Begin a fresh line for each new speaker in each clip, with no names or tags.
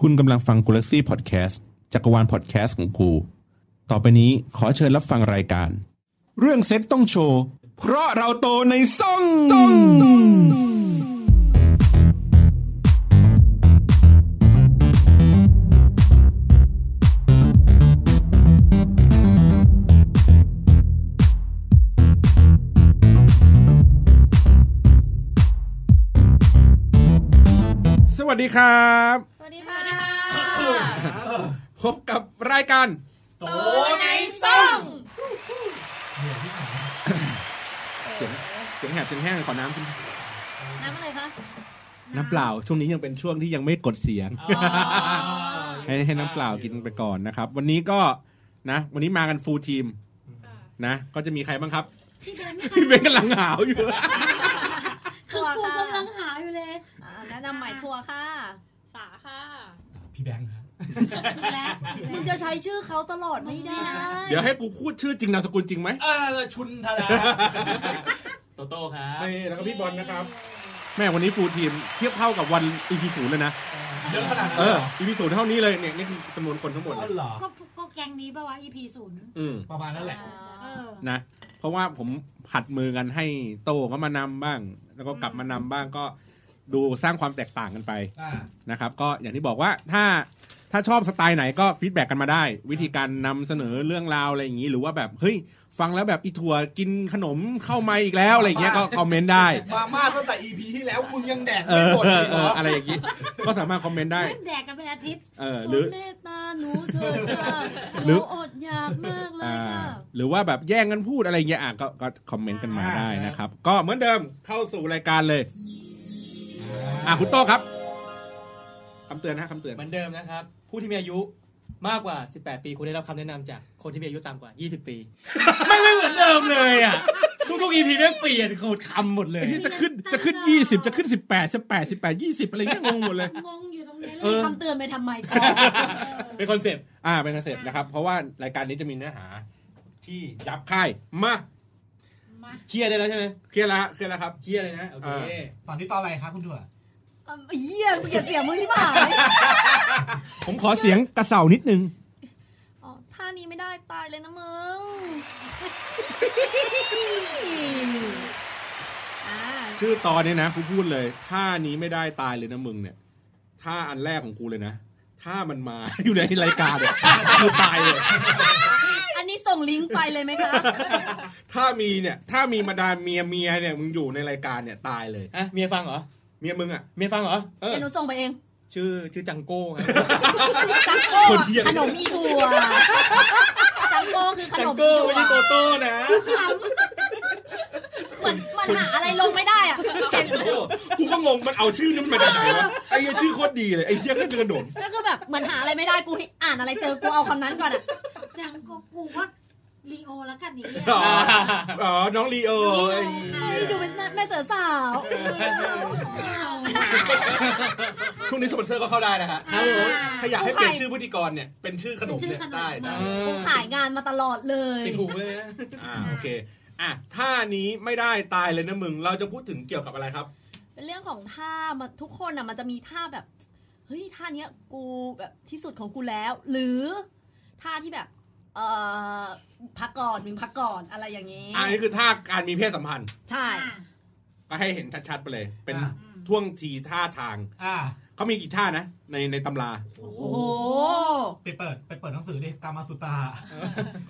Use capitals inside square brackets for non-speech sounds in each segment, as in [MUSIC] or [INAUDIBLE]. คุณกำลังฟังกูลักซี่พอดแคสต์จักรวาลพอดแคสต์ของกู ต่อไปนี้ขอเชิญรับฟังรายการ เรื่องเซ็กต้องโชว์ เพราะเราโตในซ่องต้องสวัสดีครับ
สวัสดีค่ะ
พบกับรายการ
ในซ่อง
เสียงเสียงแหบเสียงแห้งขอน้ำคุณ
น้ำอะไรคะ
น้ำเปล่า ช่วงนี้ยังเป็นช่วงที่ยังไม่กดเสียง ให้ให้น้ำเปล่ากินไปก่อนนะครับ วันนี้ก็นะ วันนี้มากันฟูลทีมนะ ก็จะมีใครบ้างครับพี่เบนกำลังหาว [LAUGHS] อยู่
ทัวร์
กู
ค่ะ
กำลังหาอยู่เลย
อ่าแนะนำใหม่ทัวร์ค่ะ
สาค่ะ
พี่แบงค์ครับ
และ
มึงจะใช้ชื่อเขาตลอดไม่ได้
เดี๋ยวให้กูพูดชื่อจริงนามสกุลจริงไหม
เออชุนธ
[LAUGHS]
นาโตโต้ครับ
นี่แล้วก็พี่บอลนะครับ แม่วันนี้ฟูลทีมเทียบเท่ากับวันอีพีศูนย์เลยนะ
เยอะขนาดนั้น
เอ
เล
อ
ยเหรอ
อีพีศูนย์เท่านี้เลยเนี่ยนี่คือจำนวนคนทั้งหมดเล
เอา
ย
เหรอ
ก็ก็แกงนี้ปะวะ EP ศูนย์
อืม
ประมาณนั้นแหละ
เออ
นะ เพราะว่าผมผัดมือกันให้โต้ก็มานำบ้าง แล้วก็กลับมานำบ้างก็ดูสร้างความแตกต่างกันไป
อ่า
นะครับก็อย่างที่บอกว่าถ้าถ้าชอบสไตล์ไหนก็ฟีดแบ็กกันมาได้ วิธีการนำเสนอเรื่องราวอะไรอย่างนี้ หรือว่าแบบเฮ้ยฟังแล้วแบบอีถั่วกินขนมเข้ามาอีกแล้วอะไรอย่างเงี้ยก็คอมเมนต์ได้
มาม่าตั้งแต่ EP ที่แล้วมึงยังแดก
เอ
ไม่
อ
หมด
เออย
เล
เอ
เหร
อ
อ
อะไรอย่างงี้ ก็สามารถคอมเมนต์ได้
แม่งแดกกันเป็นอาทิตย์
เออหรือ
เมตตาหนูเถิดค่ะ
ห
ห
รื
นู
อ
อดอยากมากเล
อ่าย
ค่ะ
หรือว่าแบบแย่งกันพูดอะไรอย่างเงี้ยอ่ะก็ก็คอมเมนต์กันมาได้นะครับ ก็เหมือนเดิมเข้าสู่รายการเลยอ่ะคุณโต้ครับคำเตือนนะคำเตือน
เหมือนเดิมนะครับ ผู้ที่มีอายุมากกว่า 18 ปีคุณได้รับคำแนะนำจากคนที่มีอายุต่ำกว่า 20 ปี ไม่ไม่เหมือนเดิมเลยอ่ะ ทุกๆ EP แม่งเปลี่ยนโคตรคำหมดเลย
จะขึ้นจะขึ้นยี่สิบจะขึ้นสิบแปดสิบแปดสิบแปดยี่สิบอะไรเงี้ยงงหมดเลย
งงอยู่ตรงนี้เล
มี
ย
คำเตือนไปทำไมก่อน
เป็นคอนเซปต์
อ่ [LAUGHS] าเป็นคอนเซปต์นะครับ เพราะว่ารายการนี้จะมีเนื้อหา ที่ยับค่ายมา
มา
เคลียร์ได้แล้วใช่ไหม
เคลียร์ละเคลียร์ละครับ
เคลียร์เลยนะโอเค
อ่า
ตอนนี้ตอนอะไรครับคุณถั่ว
เอิ่มเยี่ยมเกลียดเสียงมึงใช่ไหม
ผมขอเสียงกระเสานิดนึง
อ๋อท่านี้ไม่ได้ตายเลยนะมึ [LAUGHS] งอ่า
ชื่อตอนนี้นะกูพูดเลยท่านี้ไม่ได้ตายเลยนะมึงเนี่ยท่าอันแรกของกูเลยนะถ้ามันมา [LAUGHS] อยู่ในรายการเนี่ยกูตายเลย
อันนี้ส่งลิงก์ไปเลยไหม
[LAUGHS]
คะ
ถ้ามีเนี่ย ถ้ามีมาดามเมียเมียเนี่ยมึงอยู่ในรายการเนี่ยตายเลย
อ่ะเมียฟังเหรอ
เมียมึงอ่ะ
เมียฟังเหรอ
เออ
เดี๋ยวหนูส่งไปเอง
ชื่อชื่อจังโก้ครับ
จังโก้
คนเหี้ย
ขนมอีทัวจังโก้คือข
จั
น
ง
ม
โก้ไม่ใช่โตโต้นะ
มันมันหาอะไรลงไม่ได้อะ
จังโก้กูก็งงมันเอาชื่อนี้มันมาจากไหนวะไอ้เหี้ยชื่อโคตรดีเลยไอ้เหี้ยก็เจอขนม
ก็คือแบบเหมือนหาอะไรไม่ได้กูให้อ่านอะไรเจอกูเอาคำนั้นก่อนอะ
จังก็กูว่าลีโอแล้วกันนี่
[LAUGHS]
อ๋ออ๋อน้องลีโอไอ้เหี้ย
เฮ้ยดูเป็นแม่เสือสาว
ช่วงนี้สปอนเซอร์ก็เข้าได้นะฮะ
ครับผม
ถ้าอยากให้เปลี่ยนชื่อพิธีกรเนี่ย เป็นชื่อขนม
ชื่อ
เนี่ย
ขนม
ได้
มา
ได้
กูขายงานมาตลอดเลย
ติดหูเลยนะ
อ่าโอเค อ่ะท่านี้ไม่ได้ตายเลยนะมึง เราจะพูดถึงเกี่ยวกับอะไรครับ
เป็นเรื่องของท่ามาทุกคนอะมันจะมีท่าแบบเฮ้ยท่าเนี้ยกูแบบที่สุดของกูแล้ว หรือท่าที่แบบเอ่อพักก่อนมึงพักก่อนอะไรอย่างนี้
อันนี้คือท่าการมีเพศสัมพันธ์
ใช่
อ่ะ
ก็ให้เห็นชัดๆไปเลย เป็นท่วงทีท่าทาง
อ่า
เขามีกี่ท่านะ ในในตำรา
โอ้โห
ไปเปิดไปเปิดหนังสือดิตามมาสุตา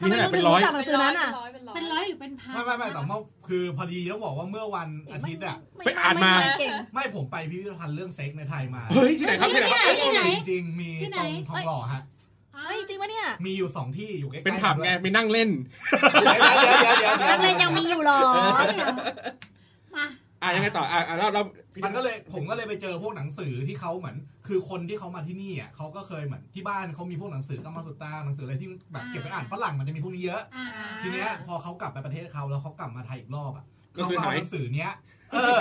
มีขนาดเป็นร้อย
ทำไมมึงถึงรู้จักหนังสือนั้นอ่ะ
เป็นร้อยหรือเป็นพัน
ไม่ไม่ไม่แต่เมื่อคือพอดีต้องบอกว่าเมื่อวันอาทิตย์อ่ะ
ไปอ่านมา
เก่ง
ไม่ผมไปพิพิธภัณฑ์เรื่องเซ็กในไทยมา
เฮ้ย ที่ไหนครับที่ไหนครับ
ที่ไหน
จริงๆมี
ที่ไหน
ตรงทองหล่อฮะ
เอ้
เฮ้ย
ย
จริงปะเนี่ย
มีอยู่สองที่อยู่ใกล้ๆ
เป็นผับไงไปนั่งเล่น
เดี๋ยวเดี๋ยวเดี๋ยวเดี๋ยวเดี๋ยว
นักเรียนยังมีอยู่หรอ
มา
อ่ะยังไงต่อ อ่ะอ่ะเราเรา
มันก็เลยผมก็เลยไปเจอพวกหนังสือที่เขาเหมือน คือคนที่เขามาที่นี่อ่ะเขาก็เคยเหมือนที่บ้านเขามีพวกหนังสือกามาสุตราหนังสืออะไรที่แบบเก็บไปอ่านฝรั่งมันจะมีพวกนี้เยอะ
อ่า
ทีเนี้ยพอเขากลับไปประเทศเขาแล้วเขากลับมาไทยอีกรอบอ่ะ
ก็
เขา
คือ
ก็
ไหน
เอาหนังสือเนี้ยเออ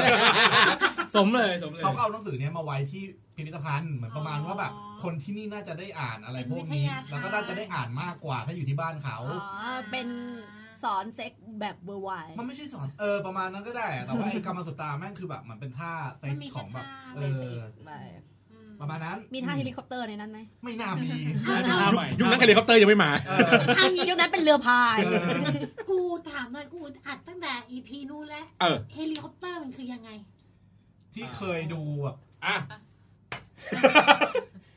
สมเลยสมเลย
เขาก็เอาหนังสือเนี้ยมาไว้ที่พิพิธภัณฑ์เหมือนประมาณว่าแบบคนที่นี่น่าจะได้อ่านอะไรพวกนี้แล้วก็น่าจะได้อ่านมากกว่าถ้าอยู่ที่บ้านเขา
อ๋อ เป็นสอนเซ็กแบบเบอร์ไวด์
มันไม่ใช่สอนเออประมาณนั้นก็ได้อะแต่ว่าไอ้กามาสุตราแม่งคือแบบมันเป็นท่าเซ็กของแบบเออ
ไป
อืม ประมาณนั้น
มีท่าเฮลิคอปเตอร์ในนั้นไหม
ไม่น่ามี
ท่าใหม่
ยุคนั้นเฮลิคอปเตอร์ยังไม่มา
เออ
ทางนี้ยุคนั้นเป็นเรือพาย
เออ
กูถามหน่อยกูอัดตั้งแต่ EP นู้นแล้ว
เออ
เฮลิคอปเตอร์มันคือยังไง
ที่เคยดูแบบ
อ่ะ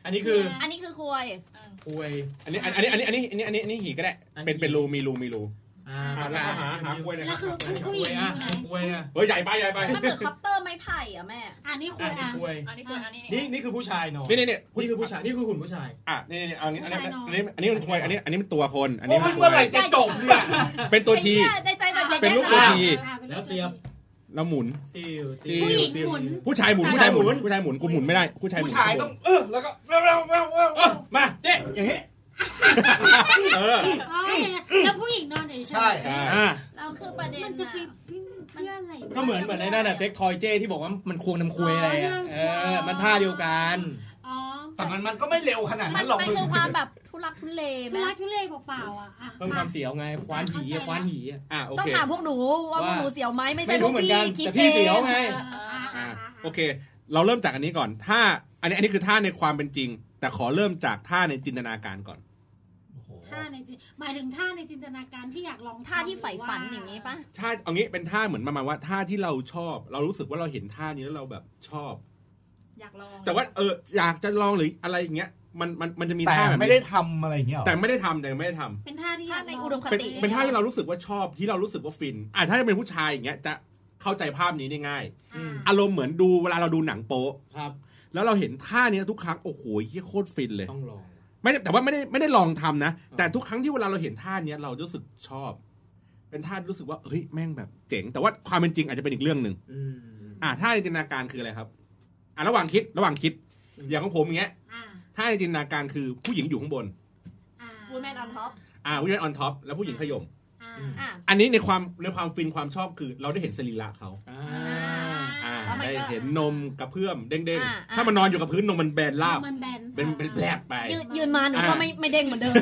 อันนี้คือ
อันนี้คือควย
อวย
อันนี้ อันนี้ อันนี้ อันนี้ อันนี้ อันนี้อันนี้หีก็ได้
อันนี้
เป็น เป็นรู มีรู มีรู
อ่า
อ่ะ
ประ
แล้ว
กา
ก็
ศ
หา หาควยหนะค
แล้
รั
ว
บ
คือ
หา
ผู้
ก
ห
ล้ว
ญิ
ยนะ
งยังไง
อวยอ่ะ
เฮ้ย ใหญ่ไป ใหญ่ไป
มันเหมือนคอปเตอร์ไม้ไผ่อะแม่
อันนี้คุ
อั
ย
นนี้
อ่ะ
อวย
อันนี้คนอันนี้
นี่นี่คือผู้ชายเนาะ
นี่นี่นี่
นี่คือผู้ชายนี่คือหุ่นผู้ชาย
อ่ะ นี่นี่นี่เอาอันนี้ อันนี้
ผู้ชายน้
อั
อย
นนี้ อันนี้มันควย อันนี้ อันนี้มันตัวคน อันนี้มั
โอ้
น
ย
ค
เมื่อไห
ว
ร่
ย
จะจบเนี่ย
เป็นตัวที
ในใจแบบ
เป็นรูปตัว
อ่ะ
ที
อ่ะป็น
แล้วเสียบ
แล้วหมุน
ติว
ติว
ผู้หญิงหมุน
ผู้ชายหมุน ผู้ชายหมุน ผู้ชายหมุน กูหมุนไม่ได้ ผู้ชายหมุน
ผู้ชายต้องเออแล้วก็เร็วเร็วเร็วเร็ว
เออมาเจ๊อย่างนี้
เออ
อ๋อแล้วผู้หญิงนอนเฉยๆ
ใช่
ใช่
อ่า
เราคือประเด็น
มันจะไปปิ้งเพื่ออะไรวะ
ก็เหมือนเหมือนในนั่นน่ะเฟกทอยเจ้ที่บอกว่ามันควงน้ำควยอะไรอ่ะเออมันท่าเดียวกัน
อ๋อ
แต่มันมันก็ไม่เร็วขนาด
มั
นั้น นหรอก
มัน
มึง
คือความแบบทุรักทุเล
ทุ
ไหม
ลักทุเลเปล่าๆอ่ะอ่ะ
เพิ่มความเสียวไง ควานหีอะควานหีอะ
อ่ะ โอ
ต้อง
เค
ถามพวกหนูว่าพวกหนูเสียวไหมไม่ใช่
ไม่
พ
รู้
วก
เหมือน
พี่
กัน
คิด
แต่
เอ
พี่เสียว
ง
ไง
อ่ะอ่ะอ่ะ
อ่ะ
อ่ะ
โอเค เราเริ่มจากอันนี้ก่อน ถ้า อันนี้ อันนี้คือท่าในความเป็นจริง แต่ขอเริ่มจากท่าในจินตนาการก่อน
ท่าในจินหมายถึงท่าในจินตนาการที่อยากลอง
ท่าที่
ำ
ใฝ่ฝัน
ห
อ
รื
ย่างนี้ปะ
ท่าเอางี้เป็นท่าเหมือนประมาณว่าท่าที่เราชอบ เรารู้สึกว่าเราเห็นท่านี้แล้วเราแบบชอบ
อยากลอง
แต่ว่าเอออยากจะลองหรืออะไรอย่างเงี้ยมันมันมันจะมี
แต่
ท่าแบบ
ไม่ได้
นี้
ทำอะไรอย่างเงี้ยหรอ
แต่ไม่ได้ทำแต่ไม่ได้ทำ
เป็นท่าที่
ท่าย
อาก
ใน
ลง
อุดมค
เป็น
ติ
เป็นท่าที่เรารู้สึกว่าชอบที่เรารู้สึกว่าฟินอ่ะถ้าจะเป็นผู้ชายอย่างเงี้ยจะเข้าใจภาพนี้ได้ง่าย
อ่ะ
อารมณ์เหมือนดูเวลาเราดูหนังโป๊ะ
ครับ
แล้วเราเห็นท่าเนี้ยทุกครั้งโอ้โหเหี้ยโคตรฟินเลย
ต้องลอง
ไม่ได้แต่ว่าไม่ได้ไม่ได้ลองทำนะ แต่ทุกครั้งที่เวลาเราเห็นท่าเนี้ยเรารู้สึกชอบ เป็นท่ารู้สึกว่าเฮ้ยแม่งแบบเจ๋ง แต่ว่าความเป็นจริงอาจจะเป็นอีกเรื่องหนึ่ง
อืม
อ่าถ้าในจินตนาการคืออะไรครับ อ่าระหว่างคิดระหว่างคิด
อืม
อย่างของผมอย่างเงี้ย
อ่ะ
ถ้าในจินตนาการคือผู้หญิงอยู่ข้างบน
อ่ะ
วูแมนออนท็อป
อ่าผู้หญิงออนท็อปแล้วผู้หญิงขยม
อ่ะ
อ่ะ
อันนี้ในความในความฟินความชอบคือเราได้เห็นสรีระเขา
อ่า
อ่า
Oh my
ได้
God
เห็นนมกระเพื่อมเด้ง
อ่า
ๆ
อ่า
ถ้ามันนอนอยู่กับพื้นนมมันแบนราบ
มันแบน
เป็นเป็นแผลบไป
ยืนยืนมาหนูก็
อ่ะ
ไม่ไม่เด้งเหมือนเดิม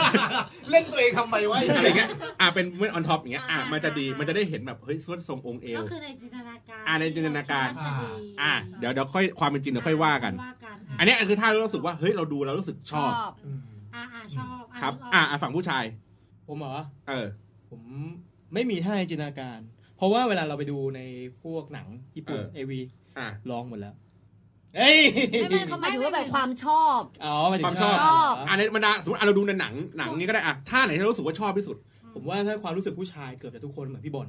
[LAUGHS] เล่นตัวเองทำไมวะ
อะไรเงี้ยอ่าเป็นเมื่อออนท็อปอย่างเงี้ยอ่ามันจะดีมันจะได้เห็นแบบเฮ้ยส่วนทรงองค์เอว
ก็คือในจินตนาการ
อ่ะในจินตนาการ
ที่เคิดว่จะดี
อ่าเดี๋ยวเดี๋ยวค่อยความเป็นจริงเดี๋ยวค่อยว่ากัน
ว่ากั
อันเนี้ยคือท่าที่เรารู้สึกว่าเฮ้ยเราดูเรารู้สึกชอบ
อืม
อ่ะอ่ะชอบอ่ะ
ครับ
นึกก
อ่าอ่าฝั่งผู้ชาย
ผมเหรอ
เออ
ผมไม่มีท่าในจินตนาการ เพราะว่าเวลาเราไปดูในพวกหนังญี่ปุ่น
เออ
เอวี
อ่า
ลองหมดแล้ว เอ้ย
ไม่ไม่เขาหมายถึงว่าแบบความชอบ
อ๋อหยถึง
ความชอบ
เหร
อ่ะในบรรดาสมมติอ่ะเราดูในหนังหนังนี้ก็ได้อ่ะท่าไหนที่เรารู้สึกว่าชอบที่สุด
ผมว่าถ้าความรู้สึกผู้ชายเกือบจะทุกคนเหมือนพี่บอล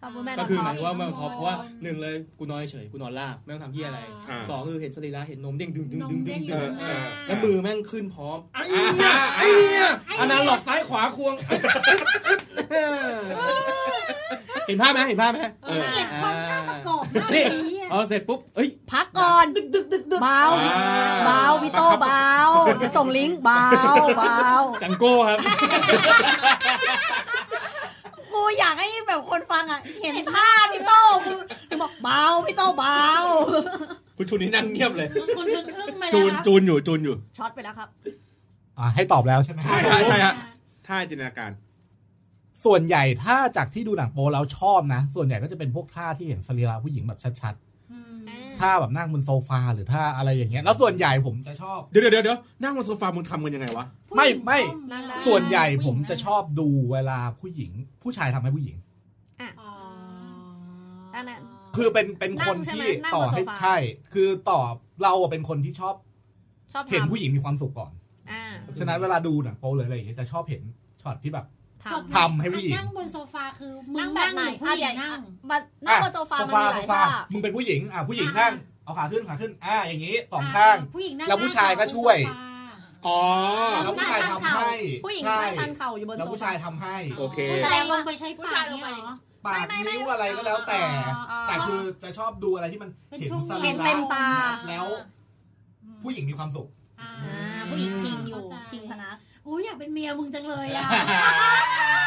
ชอบวูแมนอ
ก็
อน
คือห
ท็อ
มา
ย ป
ถึงว่าไม่ต้องท็อปเพราะว่าหนึ่งเลยกูนอนเฉยกูนอนราบไม่ต้องทำเหี้ยอะไร
อ่า
สองคือเห็นสรีระเห็นนมเด้งดึงดึง
นม
ดึงดึ
เด้
ง
ง
ดึง
หน้า
แล้วมือแม่งขึ้นพร้อม
ไอ้เหี้ยไอ้เหี้ย
อันนั้นหลอกซ้ายขวาควงเห็นภาพไหมเห็นภาพไหม
เออเกลียดความท่าประกอบมาก
นี่
เลยอ่ะ
เอาเสร็จปุ๊บเอ้ย
พักก่อน
ดึกดึกดึกดึก
เบา
อ่า
เบาพี่โตเบาเดี๋ยวส่งลิงก์เบาเบา
จังโก้ครับ
กูอยากให้แบบคนฟังอ่ะ เห็นภาพพี่โตกูถึงบอกเบาพี่โตเบา
คุณชูนี่นั่งเงียบเลย
คุณคุณอึ้งไปแล้ว
จูนจูนอยู่จูนอยู่
ช็อตไปแล้วครับ
อ่ะให้ตอบแล้วใช่ไหม
ใช่ฮะใช่ฮะท่าจินตนาการ
ส่วนใหญ่ถ้าจากที่ดูหนังโปแล้วชอบนะ ส่วนใหญ่ก็จะเป็นพวกท่าที่เห็นสรีระผู้หญิงแบบชัด
อืม
ๆท่าแบบนั่งบนโซฟาหรือท่าอะไรอย่างเงี้ยแล้วส่วนใหญ่ผมจะชอบ
เดี๋ยวเดี๋ยวเดี๋ยวนั่งบนโซฟามึงทำกันยังไงวะ
ไม่ไม่
อ่า
ส่วนใหญ่ผมจะชอบดูเวลาผู้หญิง ผู้ชายทำให้ผู้หญิง
อ๋อ
นั่นน่ะ
คือเป็นเป็นคน
นั่งใช่ไหม
ที่
นั่งบน
ต่อให้
โซฟา
ใช่ คือต่อเราอะเป็นคนที่ชอบ
ชอบ
เห็น
ทำ
ผู้หญิงมีความสุขก่อน
อ่า
ฉะนั้นเวลาดูหนังโปเลยอะไรอย่างเงี้ยจะชอบเห็นช็อตที่แบบ
จบ
ทำ
ทำให้ผู้หญิง
นั่งบนโซฟาคือมึ
นั่
ง
งแบบไหน
รือผู้
อ่ะ
ห
ให
ญิ
ญ่
งนั่ง
มานั่งบนโซฟามันมีหลายท่า
มึงเป็นผู้หญิงอ่ะผู้หญิงนั่งเอาขาขึ้นขาขึ้นอ่ะอย่างงี้สอง
อ่
ข้าง
ผู้หญิงนั่ง
แล้วผู้ชายก็ช่วย
อ๋อ
แล้วผู้ชายทำให้
ผู้หญิง
ใช่
นั่งชันเข่าอยู่บน
แล้ว
โซ
ผู้
ฟา
ชายทำให้
โอเค
ผู้ชายลงไปใช้
ผู้ชายลงไป
ปกเนี่ยเหรอ
ปาก
ไม่ไม่
นิ้วอะไรก็แล้วแต่
อ๋อ
แต่คือจะชอบดูอะไรที่มัน
เป็น
เห็น
ช่วง
ส
เห็
รี
น
ระ
เต็มตา
แล้วผู้หญิงมีความสุข
อ่า
อ่าผู้หญิงพิงอยู่
เข้าใจ
พิงพนัก
อุ้ยอยากเป็นเมียมึงจังเลยอ่ะ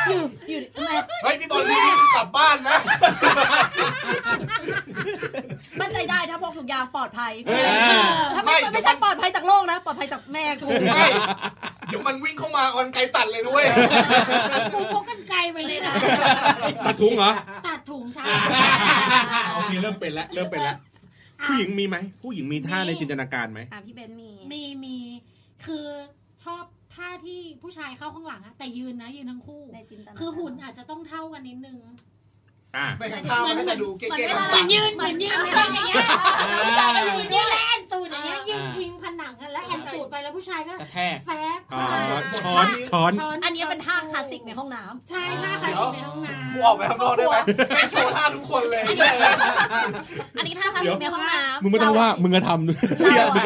อยู่อยู่แม่
เฮ้ยพี่บอลรีบวิ่งกลับบ้านนะ
มั่นใจได้ถ้าพกถุงยางปลอดภัย
เออ
ถ้าไม่
ไม่
ไม่ใช่ปลอดภัยจากโลกนะ ปลอดภัยจากแม่กู
ไม่เดี๋ยวมันวิ่งเข้ามาออนไกลตัดเลยด้วย
กูพกกันไกลไปเลย
[LAUGHS]
นะ
ตัดทุ้งเหรอ
ตัดถุงใช้
โอเคเริ่มเป็นแล้วเริ่มเป็นแล้ว
อ่ะ
ผู้หญิงมีไหมผู้หญิงมีท่าในจินตนาการไหม
อ่ะพี่เบนซ์มี
มีมีคือชอบท่าที่ผู้ชายเข้าข้างหลังอะแต่ยืนนะยืนทั้งคู่
ในจินตนาการ
คือหุ่นอาจจะต้องเท่ากันนิดนึง
อ่า
ไม่งั้นข้าวมันก็จะดูเก๊
เหมือน
ก
เวลา
ๆ
เรา
เหมือนยืนเหมือนยืนอะไรอย่างเงี้ย
ผู้ชายก็อยู่
ยืนยืน
นี่
แล้วแอนตูดอย่างเงี้ย
อ่า
ยื
ยื
นพิงผนังอะแล้วแอนตูดไปแล้วผู้ชายก็
กระแทก
แฟบ
อ๋อ
มา
ช้อนช้อน
อันเนี้ยเป็นท่าคลาสสิกในห้องน้ำ
ใช่ท่าคลาสสิกในห้องน้
กูออกไปข้างนอกได้ไหมแม่งโชว์ท่าทุกคนเลย
อันนี้ท่าคลาสสิกในห้องน้ำ
มึงไม่ต้องว่า
เร
มึงกระทำด้วย
เราอะ